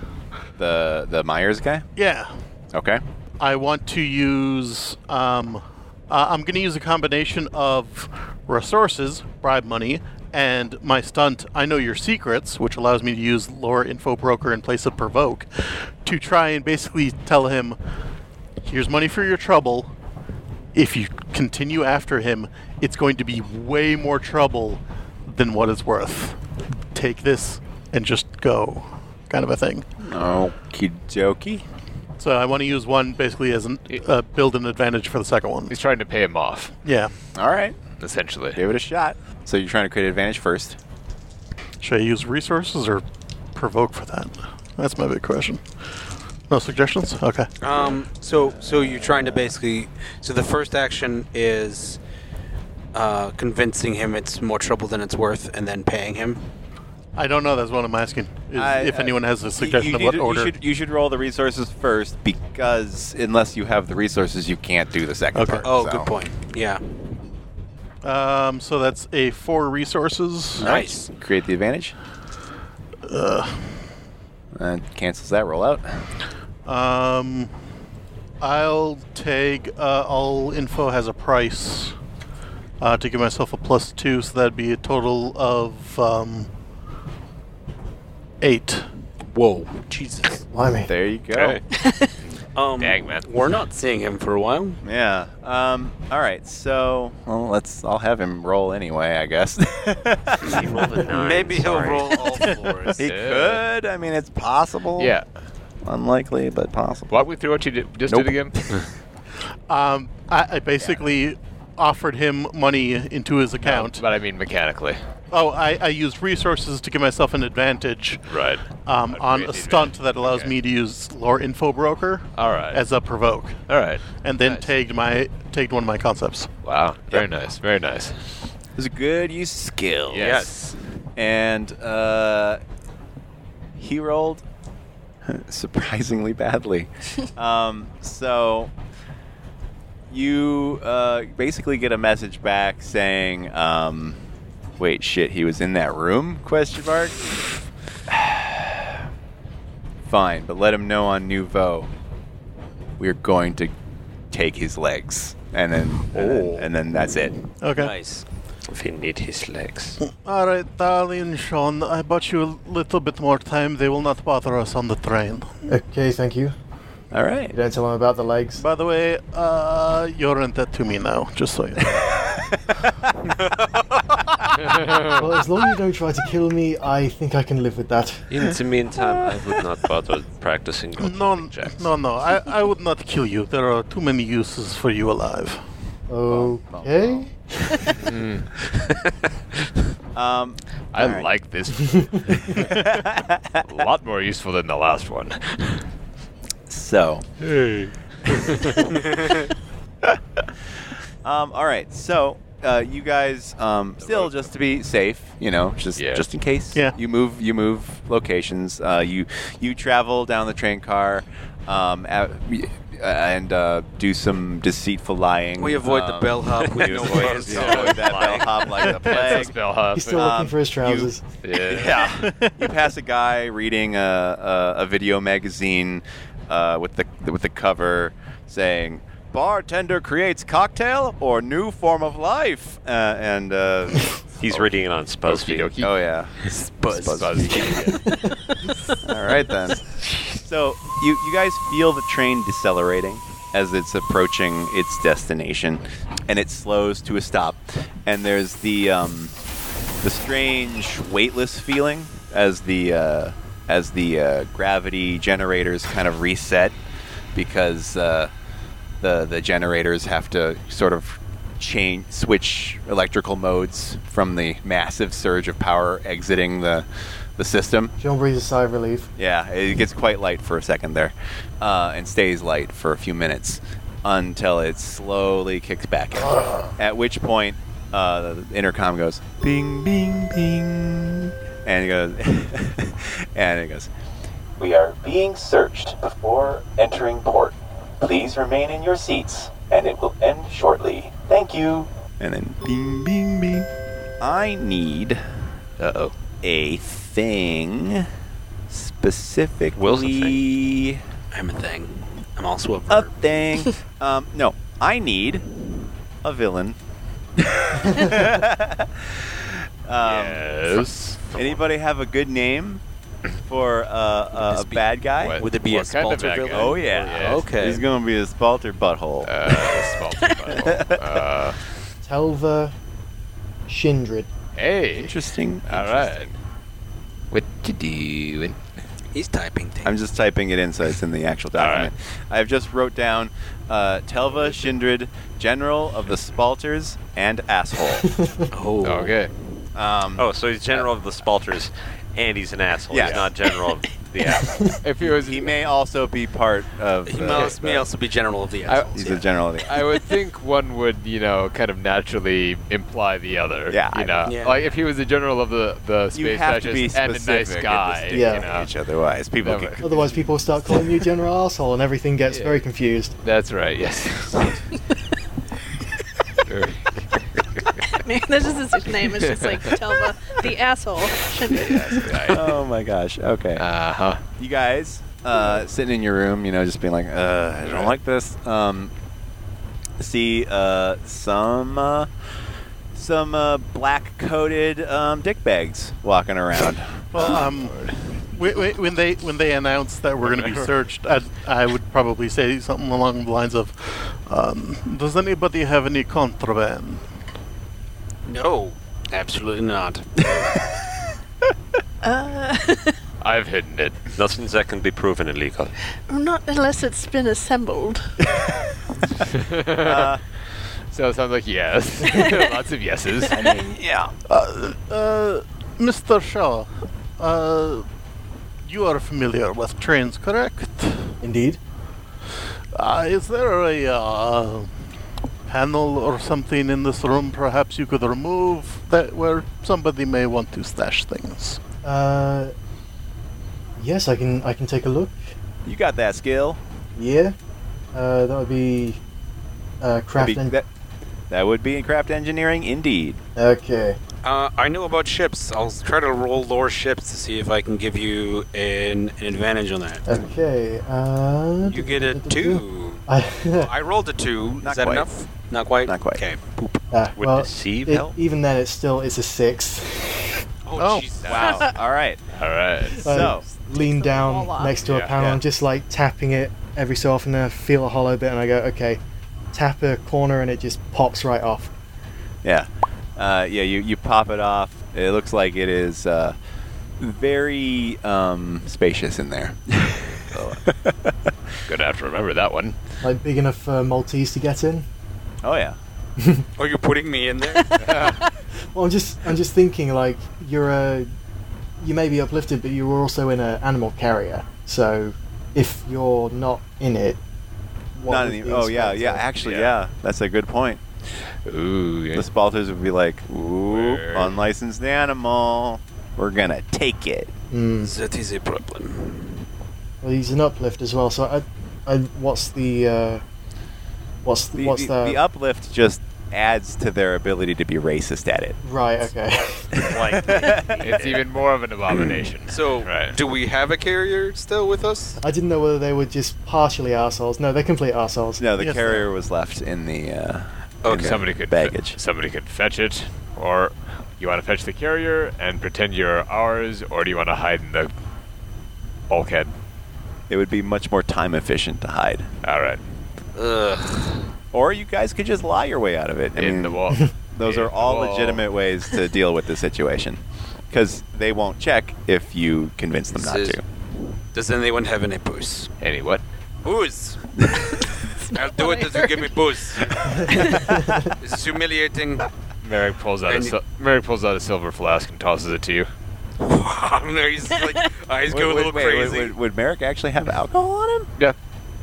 S8: The the Myers guy.
S2: Yeah,
S8: Okay.
S2: I want to use. Um, uh, I'm going to use a combination of resources, bribe money, and my stunt, I Know Your Secrets, which allows me to use Lore Info Broker in place of Provoke, to try and basically tell him here's money for your trouble. If you continue after him, it's going to be way more trouble than what it's worth. Take this and just go, kind of a thing.
S8: Okie dokie.
S2: So I want to use one basically as an uh, build an advantage for the second one.
S3: He's trying to pay him off,
S2: Yeah.
S8: All right.
S3: essentially.
S8: Give it a shot. So you're trying to create advantage first.
S2: Should I use resources or provoke for that? That's my big question. No suggestions? Okay.
S7: Um, so so you're trying to basically so the first action is uh, convincing him it's more trouble than it's worth, and then paying him.
S2: I don't know. That's what I'm asking. Is
S8: I-
S2: if
S8: I-
S2: anyone has a
S8: you-
S2: suggestion
S8: you
S2: of what
S8: need to-
S2: order.
S8: You should, you should roll the resources first because unless you have the resources, you can't do the second
S2: Okay.
S8: part.
S7: Oh,
S8: so.
S7: good point. Yeah,
S2: Um, so that's a four resources.
S7: nice.
S8: Create the advantage. Uh, cancels that roll out.
S2: Um, I'll take uh, all info has a price uh, to give myself a plus two, so that'd be a total of um, eight.
S7: Whoa, Jesus.
S5: Blimey.
S8: There you go.
S3: Okay.
S7: Um,
S3: Dang, man.
S7: we're not seeing him for a while.
S8: Yeah. Um, all right. So, well, let's. I'll have him roll anyway, I guess.
S4: He rolled a nine,
S7: Maybe he'll
S4: sorry.
S7: roll all fours.
S8: he
S3: Yeah.
S8: could. I mean, it's possible.
S3: Yeah.
S8: Unlikely, but possible.
S3: Walk me through what you did, just
S8: Nope.
S3: did again.
S2: Um, I, I basically offered him money into his account.
S3: but I mean mechanically.
S2: oh, I, I used resources to give myself an advantage
S3: Right.
S2: um,
S3: I'd
S2: on
S3: create
S2: a
S3: the
S2: stunt
S3: advantage.
S2: that allows
S3: Okay.
S2: me to use lore info broker
S3: All right.
S2: as a provoke,
S3: All right.
S2: and then
S3: Nice.
S2: tagged my tagged one of my concepts.
S3: Wow. Very nice. Very nice.
S8: It was a good use of skill.
S3: Yes.
S8: and uh, he rolled surprisingly badly. um, so you uh, basically get a message back saying, um, "Wait, shit, he was in that room?" Question mark. Fine, but let him know on Nouveau. We're going to take his legs, and then and, then, and then that's it.
S2: Okay.
S7: Nice.
S4: We need his legs.
S2: All right, darling Sean, I bought you a little bit more time. They will not bother us on the train.
S5: Okay, thank you.
S8: All right.
S5: You don't tell him about the legs.
S2: By the way, uh, you're in debt to me now, just so you know.
S5: well, as long as you don't try to kill me, I think I can live with that.
S4: In the meantime, I would not bother practicing
S2: no,
S4: golden jacks.
S2: no, no, I, I would not kill you. There are too many uses for you alive.
S5: Okay.
S8: Um,
S3: I
S8: all right.
S3: like this. a lot more useful than the last one.
S8: So,
S3: Hey.
S8: um, all right. So, uh, you guys, um, still just to be safe, you know, just
S3: Yeah.
S8: just in case.
S2: Yeah.
S8: You move, you move locations. Uh, you you travel down the train car. Um, at, and uh, do some deceitful lying.
S7: We avoid the
S8: Um,
S7: bellhop with
S8: we
S7: no
S8: avoid-
S7: hands.
S8: we avoid that bellhop like the plague. Um,
S3: bellhop.
S5: He's still looking for his trousers.
S8: Yeah. you pass a guy reading a, a, a video magazine uh, with the with the cover saying "Bartender creates cocktail or new form of life," uh, and uh,
S4: He's reading it on BuzzFeed.
S8: oh yeah,
S3: Buzz, buzz.
S8: all right then. So you you guys feel the train decelerating as it's approaching its destination, and it slows to a stop, and there's the um, the strange weightless feeling as the uh, as the uh, gravity generators kind of reset because uh, the the generators have to sort of change switch electrical modes from the massive surge of power exiting the the system.
S5: John breathes a sigh of relief.
S8: Yeah, it gets quite light for a second there, uh, and stays light for a few minutes until it slowly kicks back. in. At which point, uh, the intercom goes bing, bing, bing, and it goes, and it goes. We are being searched before entering port. Please remain in your seats, and it will end shortly. Thank you. And then bing, bing, bing. I need, uh oh, a thing specifically
S4: Will's a
S10: I'm a thing. I'm also a
S8: a
S10: verb.
S8: thing. um, no, I need a villain.
S3: yes.
S8: Um, Anybody have a good name for uh, uh, a bad guy?
S3: What-
S7: Would it be a
S3: what kind of
S7: spalter
S3: bad
S7: villain?
S3: guy?
S8: Oh yeah.
S3: Yes.
S7: Okay.
S8: He's gonna be a spalter butthole.
S3: Uh, spalter butthole. Uh,
S5: Telva Shindred.
S3: hey.
S8: interesting.
S3: All right. What you doing?
S10: He's typing things.
S8: I'm just typing it in so it's in the actual
S3: All
S8: document. I've just wrote down uh, Telva Shindred, General of the Spalters and Asshole.
S10: oh.
S3: Okay.
S8: Um,
S4: Oh, so he's general of the Spalters, and he's an asshole.
S8: Yeah.
S4: He's not general of the asshole.
S3: If he was,
S8: He may also be part of.
S10: He
S8: the-
S10: must,
S8: the-
S10: may also be general of the
S3: I-
S10: assholes.
S8: He's
S10: yeah.
S8: the general of the.
S3: I would think one would, you know, kind of naturally imply the other.
S8: Yeah, I-
S3: You know,
S10: Yeah.
S3: like if he was the general of the the
S8: You
S3: space
S8: have to be
S3: fascist and a
S8: specific
S3: nice
S8: at
S3: guy.
S8: this
S5: Yeah.
S3: You know?
S8: stage, otherwise people
S3: Never.
S8: get
S5: Otherwise, people start calling you General Asshole and everything gets
S3: Yeah.
S5: very confused.
S3: That's right. Yes.
S6: mean, this is his name. It's just like Telva, the asshole. Shouldn't be.
S8: oh my gosh. Okay.
S3: Uh
S2: Uh-huh.
S3: huh.
S8: you guys uh, sitting in your room, you know, just being like, uh, I don't like this. Um, see uh, some uh, some uh, black coated um, dick bags walking around.
S2: Well, um, whe- whe- when they when they announced that we're going to be searched, I'd, I would probably say something along the lines of, um, "Does anybody have any contraband?"
S10: No, absolutely not.
S6: Uh,
S3: I've hidden it.
S4: Nothing that can be proven illegal.
S6: Not unless it's been assembled.
S3: So it sounds like yes. Lots of yeses.
S2: Uh, Mr. Shaw, uh, you are familiar with trains, correct?
S5: Indeed.
S2: Uh, is there a uh, panel or something in this room perhaps you could remove that where somebody may want to stash things?
S5: Uh, yes, I can. I can take a look.
S8: You got that skill?
S5: Yeah. Uh, that would be uh,
S8: That'd
S5: craft.
S8: be-
S5: en-
S8: that, that would be in craft engineering, indeed.
S5: okay.
S7: Uh, I know about ships. I'll try to roll lore ships to see if I can give you an, an advantage on that.
S5: Okay. Uh,
S7: You get a two.
S5: I, uh,
S7: I rolled a two.
S8: Not
S7: Is that
S8: quite.
S7: enough? Not quite.
S8: Not quite.
S7: Okay.
S5: uh,
S4: Would
S5: well,
S4: deceive
S5: it-
S4: help?
S5: even then, it's still it's a six.
S7: Oh,
S2: Oh,
S7: Jesus.
S8: Wow. All right.
S3: All right.
S5: I
S8: So-
S5: lean down
S6: wall up.
S5: next to
S3: Yeah,
S5: a panel,
S8: yeah.
S5: and just like tapping it every so often. I feel a hollow bit, and I go, okay, tap a corner, and it just pops right off.
S8: Yeah. Uh, yeah, you, you pop it off. It looks like it is uh, very um, spacious in there.
S3: Gonna have to remember that one.
S5: Like big enough for Maltese to get in.
S8: oh, yeah.
S7: Oh, you're putting me in there?
S5: Well, I'm just I'm just thinking like you're a you may be uplifted, but you were also in an animal carrier. So if you're not in it, what
S8: Not
S5: would
S8: any-
S5: be
S8: oh, yeah, yeah.
S5: expected?
S8: Actually,
S3: Yeah.
S8: yeah. That's a good point.
S3: Ooh. yeah.
S8: The Spalters would be like, ooh,
S3: Word.
S8: unlicensed animal. We're going to take it.
S5: Mm.
S10: That is a problem.
S5: Well, he's an uplift as well, so I, I, what's the uh, what's
S8: The,
S5: what's
S8: the-
S5: the,
S8: the uplift just adds to their ability to be racist at it.
S5: right? Okay.
S7: Like,
S3: it's even more of an abomination.
S7: so,
S3: Right.
S7: do we have a carrier still with us?
S5: I didn't know whether they were just partially assholes. No, they're complete assholes.
S8: No, the
S2: Yes,
S8: carrier was left in the. Uh, in
S7: Okay.
S8: the
S3: Somebody could fe-
S8: baggage.
S3: somebody could fetch it, or you want to fetch the carrier and pretend you're ours, or do you want to hide in the bulkhead?
S8: It would be much more time efficient to hide.
S3: All right,
S7: Ugh.
S8: Or you guys could just lie your way out of it. I
S3: in
S8: mean,
S3: the wall.
S8: Those
S3: In
S8: are
S3: the
S8: all
S3: wall.
S8: legitimate ways to deal with the situation. Because they won't check if you convince them not
S7: This is-
S8: to.
S7: Does anyone have any booze?
S3: Any what?
S7: Booze. I'll do it if you give me booze. this is humiliating.
S3: Merrick pulls out a
S7: And-
S3: sil- Merrick pulls out a silver flask and tosses it to you.
S7: He's like, eyes go a
S8: Wait,
S7: little
S8: wait, wait,
S7: crazy.
S8: would- would Merrick actually have alcohol on him?
S3: Hmm. Yeah,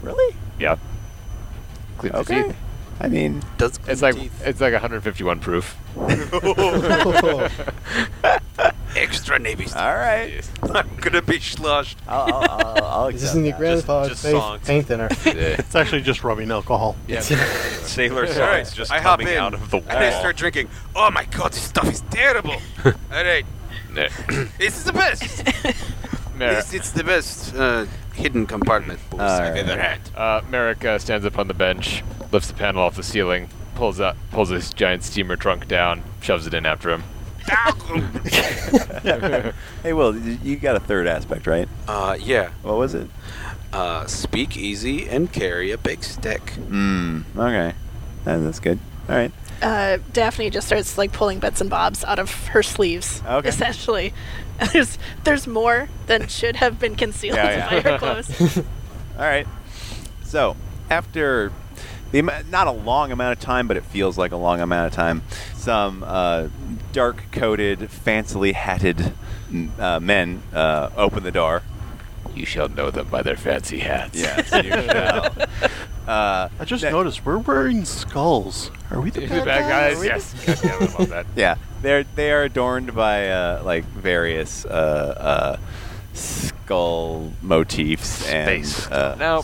S8: Really?
S3: yeah. Clean his
S8: Okay.
S3: teeth.
S8: I mean,
S7: Does
S3: It's like it's like 151 proof.
S7: extra navy.
S8: all right.
S7: I'm gonna be sloshed.
S8: I'll, I'll, I'll, I'll
S5: This
S8: accept
S5: isn't your
S8: that.
S5: grandfather's
S11: just
S5: face
S11: songs.
S5: paint thinner.
S2: It's actually just rubbing alcohol.
S11: Sailor songs
S7: Alright,
S11: just
S7: I hop
S11: coming
S7: in.
S11: out of the
S7: And I
S11: wall.
S7: start drinking. Oh my god, this stuff is terrible. All right,
S3: Mer-
S7: this is the best.
S3: Merrick,
S7: This it's the best uh, hidden compartment booze I've
S8: Alright.
S7: ever had.
S3: uh, Merrick uh, stands up on the bench, lifts the panel off the ceiling, pulls out pulls his giant steamer trunk down, shoves it in after him.
S8: Hey, Will, y- you got a third aspect, right?
S7: Uh, yeah.
S8: What was it?
S7: Uh, speak easy and carry a big stick.
S3: Hmm.
S8: Mm, okay. Uh, that's good. All right.
S6: Uh, Daphne just starts like pulling bits and bobs out of her sleeves.
S8: Okay.
S6: Essentially, there's there's more than should have been concealed
S8: Yeah,
S6: by her clothes.
S8: All right. So, after the ama- not a long amount of time, but it feels like a long amount of time, some uh, dark-coated, fancily hatted n- uh, men uh, open the door.
S3: You shall know them by their fancy hats.
S8: Yes, you shall. Uh,
S2: I just
S8: that-
S2: noticed we're wearing skulls. Are we
S3: The
S2: the
S3: bad guys, yes. God damn it, I love that.
S8: Yeah, they're they are adorned by uh, like various uh, uh, skull motifs and
S3: Space.
S8: uh,
S3: Now,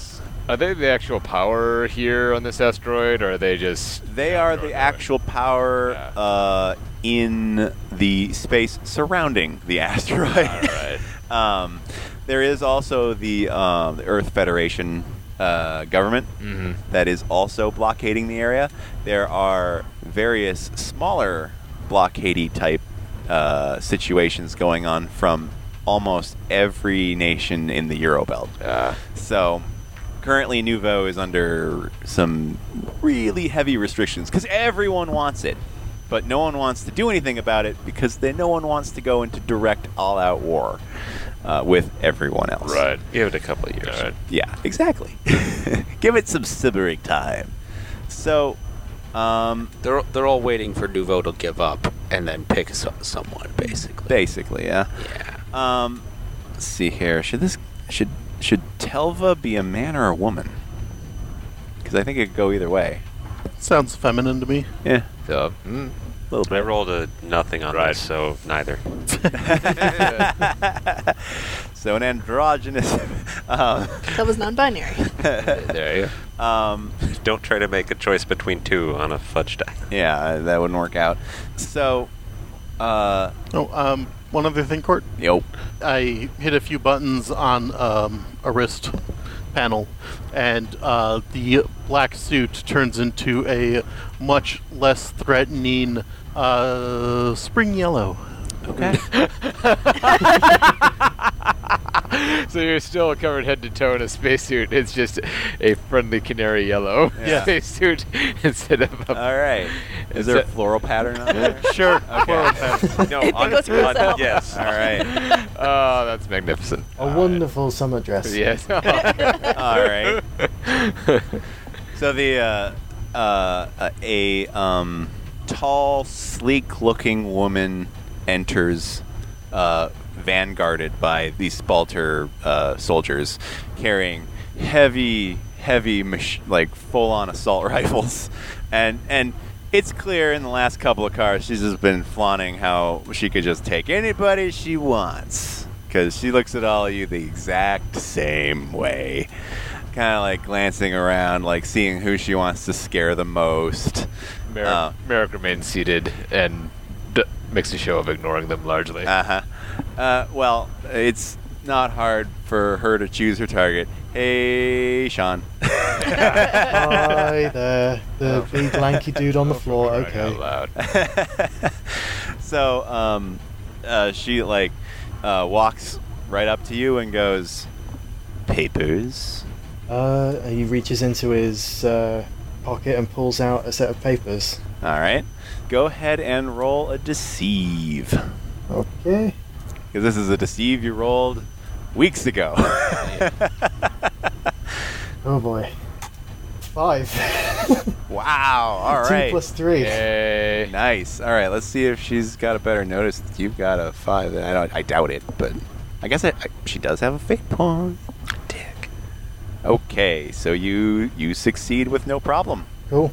S3: are they the actual power here on this asteroid, or are they just
S8: They are the actual power
S3: Yeah.
S8: uh, in the space surrounding the asteroid.
S3: Alright.
S8: um, there is also the, um, the Earth Federation uh, government
S3: Mhm.
S8: that is also blockading the area. There are various smaller blockadey type uh, situations going on from almost every nation in the Eurobelt.
S3: Uh,
S8: So currently Nouveau is under some really heavy restrictions because everyone wants it. But no one wants to do anything about it because then no one wants to go into direct all out war uh, with everyone else.
S3: right.
S11: Give it a couple of years.
S3: All right.
S8: Yeah, exactly. Give it some simmering time. So, um,
S7: They're they're all waiting for Duvo to give up and then pick so- someone basically.
S8: basically, yeah.
S7: yeah.
S8: Um, let's see here. Should this should should Telva be a man or a woman? Because I think it could go either way.
S2: Sounds feminine to me.
S8: Yeah,
S3: So, mm,
S8: a little
S4: I
S8: bit.
S4: rolled a nothing on
S3: Right.
S4: this, so neither.
S8: so an androgynous. um,
S6: that was non-binary.
S3: there you
S8: um,
S4: Don't try to make a choice between two on a fudge die.
S8: yeah, that wouldn't work out. So, uh,
S2: Oh, um, one other thing, Court.
S8: yo,
S2: I hit a few buttons on um, a wrist panel, and uh, the black suit turns into a much less threatening uh, spring yellow.
S8: okay.
S3: go. So you're still covered head to toe in a spacesuit. It's just a friendly canary yellow
S8: Yeah.
S3: spacesuit instead of a
S8: All right. Is
S3: Is
S8: there a
S3: that-
S8: floral pattern on there?
S2: Sure.
S11: No,
S6: It
S11: on,
S6: goes for
S11: on-
S6: itself.
S11: yes.
S8: All right.
S3: Oh, that's magnificent.
S5: A wonderful summer dress.
S3: Yes.
S8: All right. So the uh, uh, uh, a um, tall, sleek-looking woman enters, uh, vanguarded by the Spalter uh, soldiers, carrying heavy, heavy, mach- like full-on assault rifles, and and it's clear in the last couple of cars she's just been flaunting how she could just take anybody she wants because she looks at all of you the exact same way. kind of like glancing around, like seeing who she wants to scare the most. Uh,
S3: Merrick, Merrick remains seated and d- makes a show of ignoring them largely.
S8: Uh-huh. Uh, well, it's not hard for her to choose her target. Hey, Sean.
S5: Hi there, the
S8: Oh.
S5: big lanky dude on the floor. Okay.
S8: so um, uh, she like uh, walks right up to you and goes, "Papers."
S5: Uh, he reaches into his uh, pocket and pulls out a set of papers.
S8: All right, go ahead and roll a deceive.
S5: Oh. Okay.
S8: Because this is a deceive you rolled weeks ago.
S5: Oh boy. Five.
S8: wow! All
S5: Two
S8: right.
S5: plus three.
S3: Yay.
S8: Nice. All right. Let's see if she's got a better notice. You've got a five. I don't. I doubt it, but I guess I, I, she does have a fate point. Dick. Okay. So you you succeed with no problem.
S5: Cool.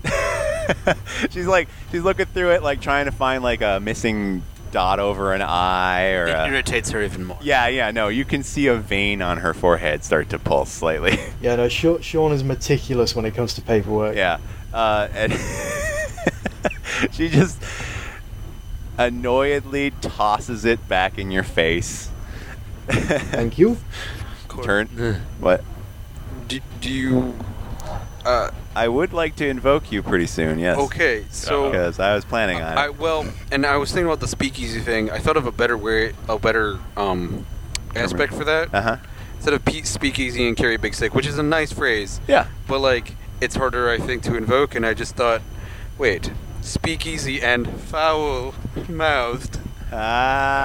S8: she's like she's looking through it, like trying to find like a missing dot over an eye or
S12: It
S8: a,
S12: irritates her even more.
S8: yeah yeah no you can see a vein on her forehead start to pulse slightly
S5: Yeah, no, Sean, Sean is meticulous when it comes to paperwork.
S8: Yeah. Uh, and she just annoyedly tosses it back in your face.
S5: Thank you.
S8: Turn. What?
S7: Do, do you. Uh,
S8: I would like to invoke you pretty soon, yes.
S7: Okay, so-
S8: Because I was planning on it.
S7: I well, and I was thinking about the speakeasy thing. I thought of a better way, a better um, aspect for that.
S8: Uh huh.
S7: Instead of Pete speakeasy and carry a big stick, which is a nice phrase.
S8: Yeah.
S7: But like, it's harder, I think, to invoke. And I just thought, wait, speakeasy and foul mouthed.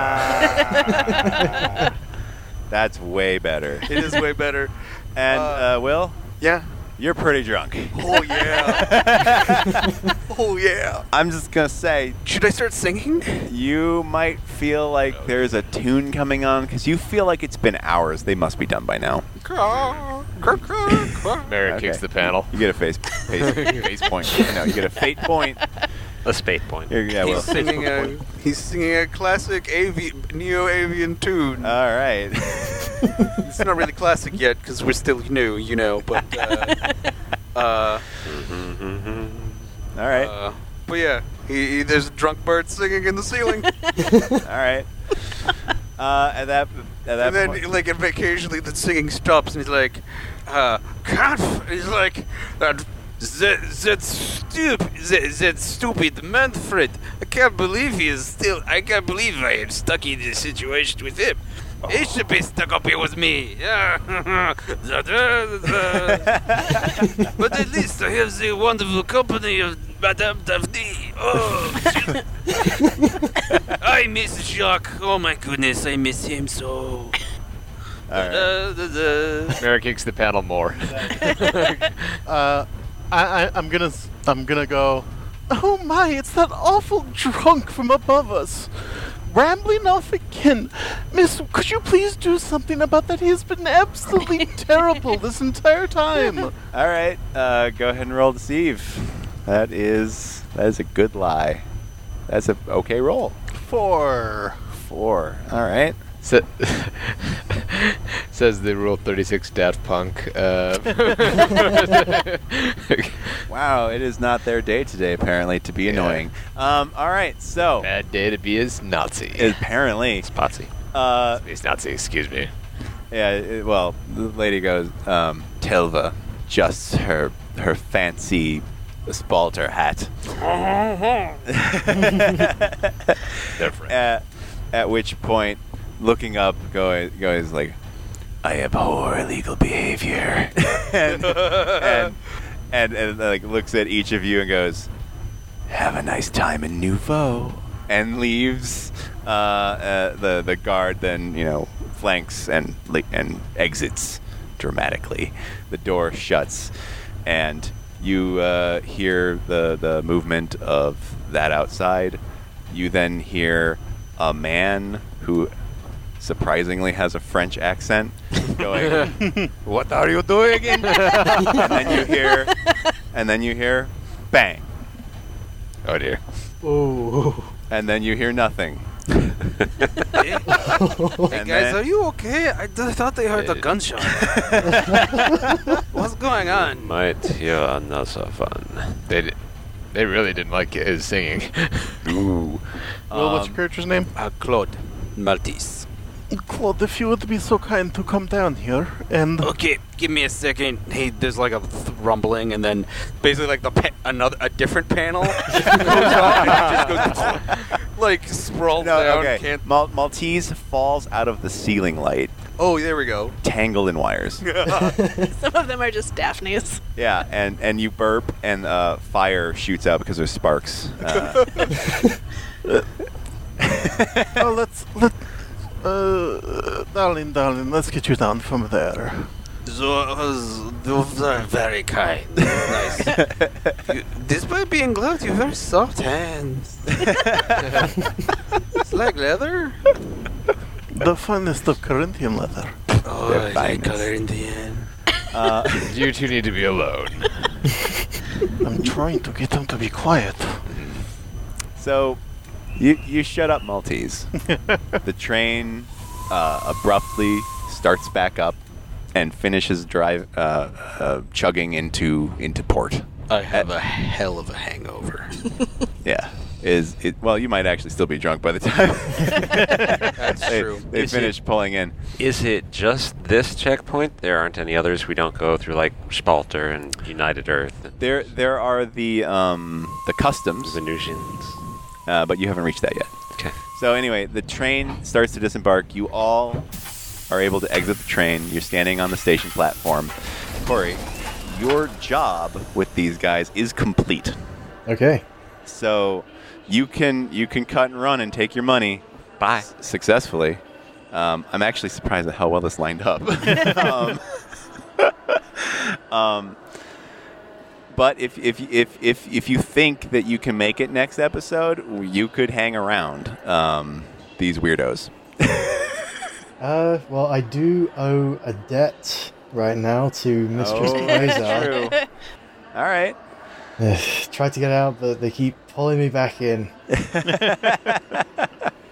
S8: Ah. That's way better.
S7: It is way better.
S8: And, uh, Will?
S7: Yeah.
S8: You're pretty drunk.
S7: Oh yeah. oh yeah.
S8: I'm just going to say.
S7: Should I start singing?
S8: You might feel like there's a tune coming on because you feel like it's been hours. They must be done by now.
S7: Caw, caw, caw, caw.
S3: Merrick kicks the panel.
S8: You get a face, face, face point. No, you get a fate point.
S4: A spate point.
S8: Here- yeah, well.
S7: He's singing a he's singing a classic avian, neo-avian tune.
S8: All right.
S7: it's not really classic yet because we're still new, you know. But uh, uh,
S8: Mm-hmm. all right.
S7: uh, but yeah, he, he, there's a drunk bird singing in the ceiling,
S8: all right. Uh, at that, at that
S7: and then
S8: point,
S7: like occasionally the singing stops, and he's like, uh, "Can't." He's like, "That that that stupid that, that stupid Manfred. I can't believe he is still. I can't believe I am stuck in this situation with him." He should be stuck up here with me. Yeah. Da, da, da, da. But at least I have the wonderful company of Madame Daphne. Oh, she- I miss Jacques. Oh my goodness, I miss him so. Da, da, da.
S3: Merrick kicks the panel more.
S2: Uh, I, I, I'm gonna, s- I'm gonna go. Oh my! It's that awful drunk from above us, rambling off again. Miss, could you please do something about that? He has been absolutely terrible this entire time.
S8: all right. Uh, go ahead and roll deceive. That is that is a good lie. That's a okay roll.
S2: Four.
S8: Four. All right.
S3: Sa- says the Rule 36 Daft Punk. Uh,
S8: Wow, it is not their day today apparently to be annoying. Um, all right. So
S3: bad day to be a Nazi.
S8: apparently,
S4: Spotsy.
S8: uh,
S3: Space Nazi, excuse me.
S8: Yeah, it, well, the lady goes, um, Telva, just her her fancy spalter hat.
S3: Uh-huh. They're friends.
S8: At, at which point, looking up, goes, goes like, I abhor illegal behavior. and, and, and, and, like looks at each of you and goes, have a nice time in Nouveau. And leaves. Uh, uh, the, the guard then, you know, flanks and, le- and exits dramatically. The door shuts, and you uh, hear the, the movement of that outside. You then hear a man who surprisingly has a French accent going, What are you doing? again? and then you hear, and then you hear, bang.
S3: Oh dear.
S5: Oh.
S8: And then you hear nothing.
S13: Hey guys, are you okay? I d- thought they heard a gunshot. What's going on?
S4: Might hear another one.
S3: They did, they really didn't like his singing.
S8: Ooh.
S2: Well,
S3: Um.
S2: what's your character's name?
S7: Uh, Claude Maltese.
S2: Claude, if you would be so kind to come down here and
S7: Okay, give me a second. Hey, there's like a th- rumbling, and then basically like the pa- another a different panel goes up and it just goes like sprawled
S8: No,
S7: down.
S8: okay.
S7: Can't-
S8: Mal- Maltese falls out of the ceiling light,
S7: oh, there we go.
S8: tangled in wires.
S6: Some of them are just Daphne's.
S8: yeah, and, and you burp, and uh, fire shoots out because there's sparks. Uh,
S2: oh, let's let. Uh, darling, darling, let's get you down from there.
S13: So, those are very kind. Nice. You- despite being gloved, you have very soft hands. it's like leather.
S2: The finest of Corinthian leather.
S13: Oh, I like color in the end.
S3: you two need to be alone.
S2: I'm trying to get them to be quiet.
S8: so you, you shut up, Maltese. the train uh, abruptly starts back up and finishes drive uh, uh, chugging into into port.
S7: I have a hell of a hangover.
S8: Yeah. Is it well you might actually still be drunk by the time That's they,
S7: true.
S8: they
S4: Is
S8: finish pulling in.
S4: Is it just this checkpoint? There aren't any others. We don't go through like Spalter and United Earth.
S8: There there are the um, the customs.
S4: Venusians.
S8: Uh, but you haven't reached that yet.
S4: Okay.
S8: So anyway, the train starts to disembark. You all are able to exit the train. You're standing on the station platform. Corey, your job with these guys is complete.
S5: Okay.
S8: So you can you can cut and run and take your money.
S4: Bye.
S8: s- successfully. Um, I'm actually surprised at how well this lined up. um, um, but if, if, if, if, if you think that you can make it next episode, you could hang around um, these weirdos.
S5: Uh, well, I do owe a debt right now to Mistress
S8: Oh,
S5: Quasar.
S8: true. All right.
S5: Tried to get out, but they keep pulling me back in.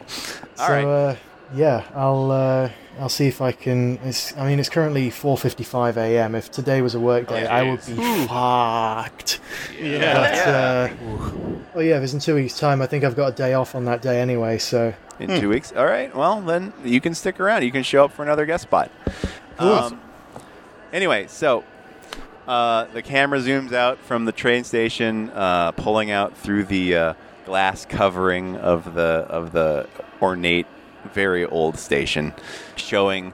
S5: so,
S8: right.
S5: uh, yeah, I'll uh, I'll see if I can. It's, I mean, it's currently 4:55 a.m. If today was a work day, I would be fucked.
S2: Yeah.
S5: But, uh, oh yeah, if it's in two weeks' time, I think I've got a day off on that day anyway. So,
S8: In two weeks. All right. Well, then you can stick around. You can show up for another guest spot. Um, anyway, so uh, the camera zooms out from the train station, uh, pulling out through the uh, glass covering of the of the ornate, very old station, showing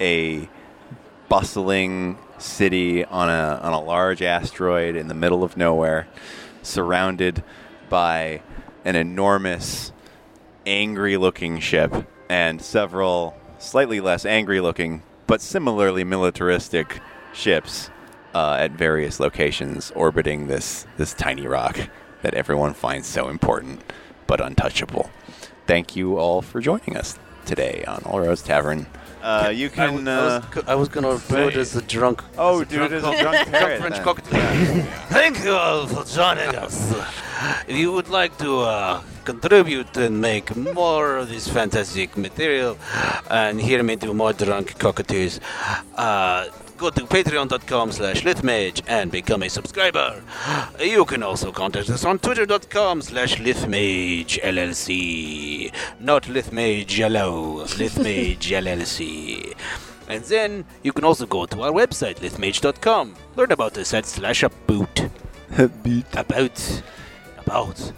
S8: a bustling city on a on a large asteroid in the middle of nowhere, surrounded by an enormous angry looking ship and several slightly less angry looking but similarly militaristic ships uh, at various locations orbiting this, this tiny rock that everyone finds so important but untouchable. Thank you all for joining us today on All Roads Tavern. Uh, you
S13: I was,
S8: can.
S13: I
S8: Uh,
S13: was, go- I was gonna refer to it as a drunk.
S8: oh,
S13: as
S8: dude, it's a
S13: cock-
S8: drunk parrot.
S13: French
S8: then.
S13: cocktail.
S10: Thank you all for joining us. If you would like to uh, contribute and make more of this fantastic material and hear me do more drunk cockatoos, uh, go to patreon.com slash litmage and become a subscriber. You can also contact us on twitter.com slash litmage LLC. Not litmage yellow, litmage LLC. And then you can also go to our website, lithmage.com. Learn about us at slash about. About. About.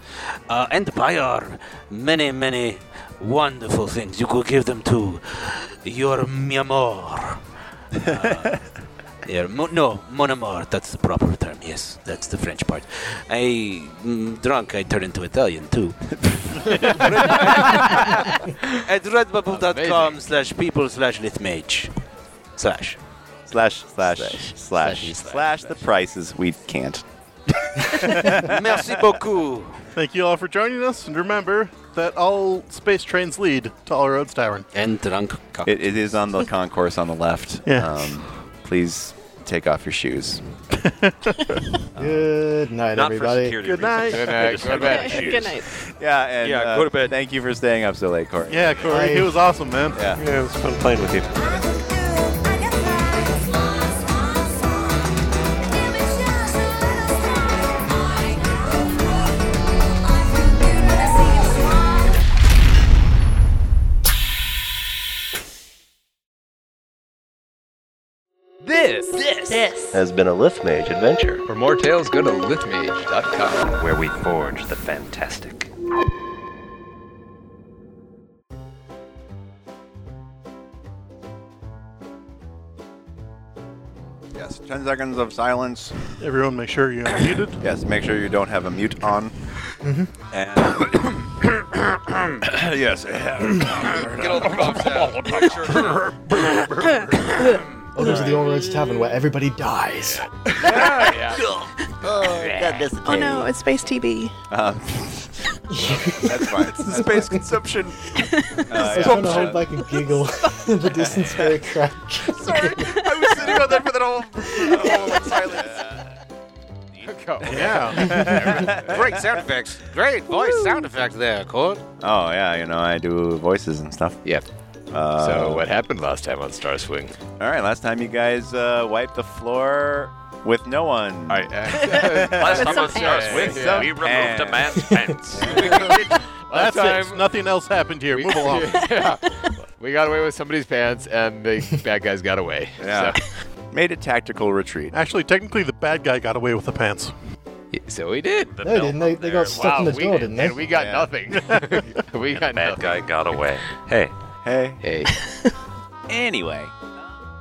S10: Uh, and buy our many, many wonderful things. You could give them to your mi amor. Uh, your mo- no, mon amour. That's the proper term. Yes, that's the French part. I mm, drunk. I turned into Italian too. at redbubble.com slash people slash lithmage slash
S8: slash, slash, slash, slash, the prices we can't.
S13: Merci beaucoup.
S2: Thank you all for joining us, and remember that all space trains lead to All Roads Tavern.
S13: and drunk
S8: It, it is on the concourse on the left.
S2: Yeah.
S8: Um, please take off your shoes.
S5: Hmm. Good night,
S8: Not for
S5: everybody.
S8: security Good reasons. night. Good night. Just Go to bed.
S6: Okay, Good night.
S8: Yeah, and
S11: Yeah,
S8: uh,
S11: go to bed.
S8: Thank you for staying up so late, Corey.
S2: Yeah, Corey, he was awesome, man.
S8: Yeah.
S11: yeah, it was fun playing with you.
S3: This, this, this
S14: has been a Lith Mage adventure.
S3: For more tales, go to lithmage.com.
S14: where we forge the fantastic.
S8: Yes, 10 seconds of silence.
S2: Everyone, make sure you're muted.
S8: Yes, make sure you don't have a mute on.
S2: Mhm.
S8: And yes. Get all the bumps out.
S5: Welcome to the All Roads Tavern where everybody dies.
S6: Oh no, it's Space TB.
S8: Um, that's fine. Uh, It's the space consumption.
S5: Uh, I was trying to hold back a giggle in the distance for a crack.
S8: Sorry, I was sitting on that for that whole,
S7: Yeah. Great sound effects. Great voice sound effects there, Court.
S8: Oh yeah, you know I do voices and stuff.
S3: Yep.
S8: Uh,
S3: so what happened last time on Star Swing?
S8: All right, last time you guys uh, wiped the floor with no one.
S3: All right.
S8: Last
S2: time on Star Swing, we removed a man's pants. That's it. Nothing else happened here. Move along.
S3: yeah. We got away with somebody's pants, and the bad guys got away.
S8: Yeah. Made a tactical retreat.
S2: Actually, technically, the bad guy got away with the pants.
S3: So we did.
S5: No, they didn't. They, they got stuck in the door, didn't they?
S3: And Oh, we got nothing. we got
S14: Bad
S3: nothing.
S14: guy got away. Hey.
S8: Hey.
S3: Hey.
S8: anyway,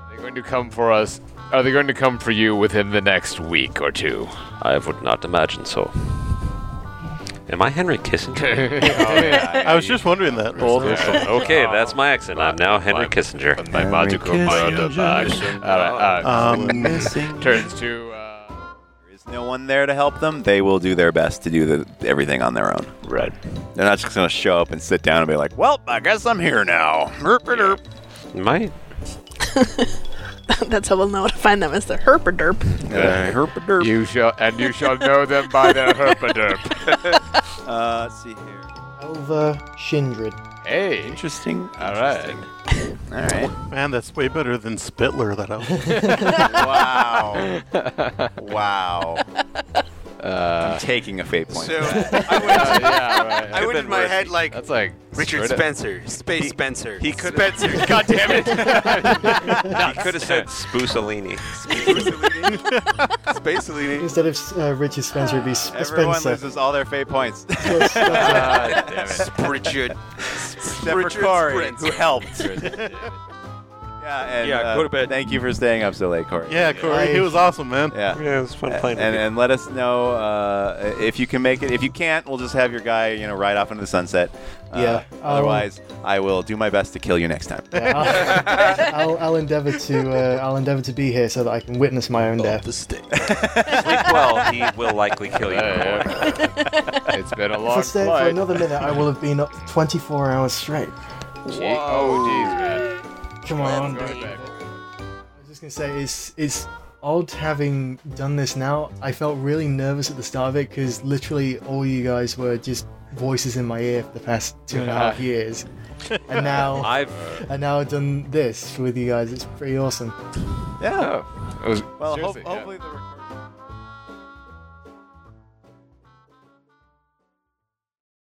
S3: They're going to come for us. Are they going to come for you within the next week or two?
S14: I would not imagine so. Am I Henry
S4: Oh,
S14: Kissinger?
S8: Oh,
S3: yeah.
S2: I was just wondering that.
S14: Old Okay, that's my accent. I'm now Henry Kissinger.
S3: My magical uh, murder bag. All right.
S8: Missing.
S3: Uh, turns to. Uh,
S8: there's no one there to help them. They will do their best to do the, everything on their own.
S3: Right.
S8: They're not just gonna show up and sit down and be like, "Well, I guess I'm here now." Merp, merp.
S14: My
S6: That's how we'll know how to find them as the herper derp.
S8: Uh, herpaderp.
S3: You shall, and you shall know them by their herpaderp.
S8: Uh, let's see here.
S5: Alva Shindred.
S3: hey,
S8: interesting.
S3: All right.
S8: All right.
S2: Man, that's way better than Spittler that
S8: wow.
S2: I
S8: Wow. I'm taking a fate point.
S13: So
S8: for that.
S13: I went,
S3: Oh, yeah, right.
S13: I went in my
S8: worse.
S13: head like
S3: That's like
S13: Richard
S3: straight up-
S13: Spencer, Space Spencer.
S11: he could-
S13: Spencer.
S3: God damn it!
S11: He could have said Spusalini.
S8: Spacelini.
S5: Instead of uh, Richard Spencer, it'd be Sp-
S8: Everyone
S5: Spencer.
S8: loses all their fate points.
S5: That's- that's
S3: God damn it.
S13: Richard.
S8: Except for Corey, who helped. Yeah, and,
S11: Yeah,
S8: uh,
S11: go to bed.
S8: Thank you for staying up so late, Corey.
S2: Yeah, Corey, he was awesome, man.
S8: Yeah.
S11: Yeah, it was fun
S8: And,
S11: playing with you.
S8: and let us know uh, if you can make it. If you can't, we'll just have your guy, you know, ride off into the sunset. Uh,
S5: Yeah, um,
S8: otherwise, I will do my best to kill you next time.
S5: Yeah, I'll, I'll, I'll endeavor to uh, I'll endeavor to be here so that I can witness my own death.
S14: Sleep well, he will likely kill you.
S3: It's been
S5: If
S3: a
S5: I
S3: long
S5: stay for
S3: flight.
S5: another minute, I will have been up 24 hours straight.
S3: Gee- oh, jeez, man.
S5: Come on,
S3: Going
S5: dude.
S3: back.
S5: I was just gonna say it's it's odd having done this now. I felt really nervous at the start of it because literally all you guys were just voices in my ear for the past two and a half years, oh, and now
S14: I've
S5: and now I've done this with you guys. It's pretty awesome.
S8: Yeah.
S3: It was,
S8: Well, ho-
S3: seriously, yeah.
S8: Oh. hopefully the recording.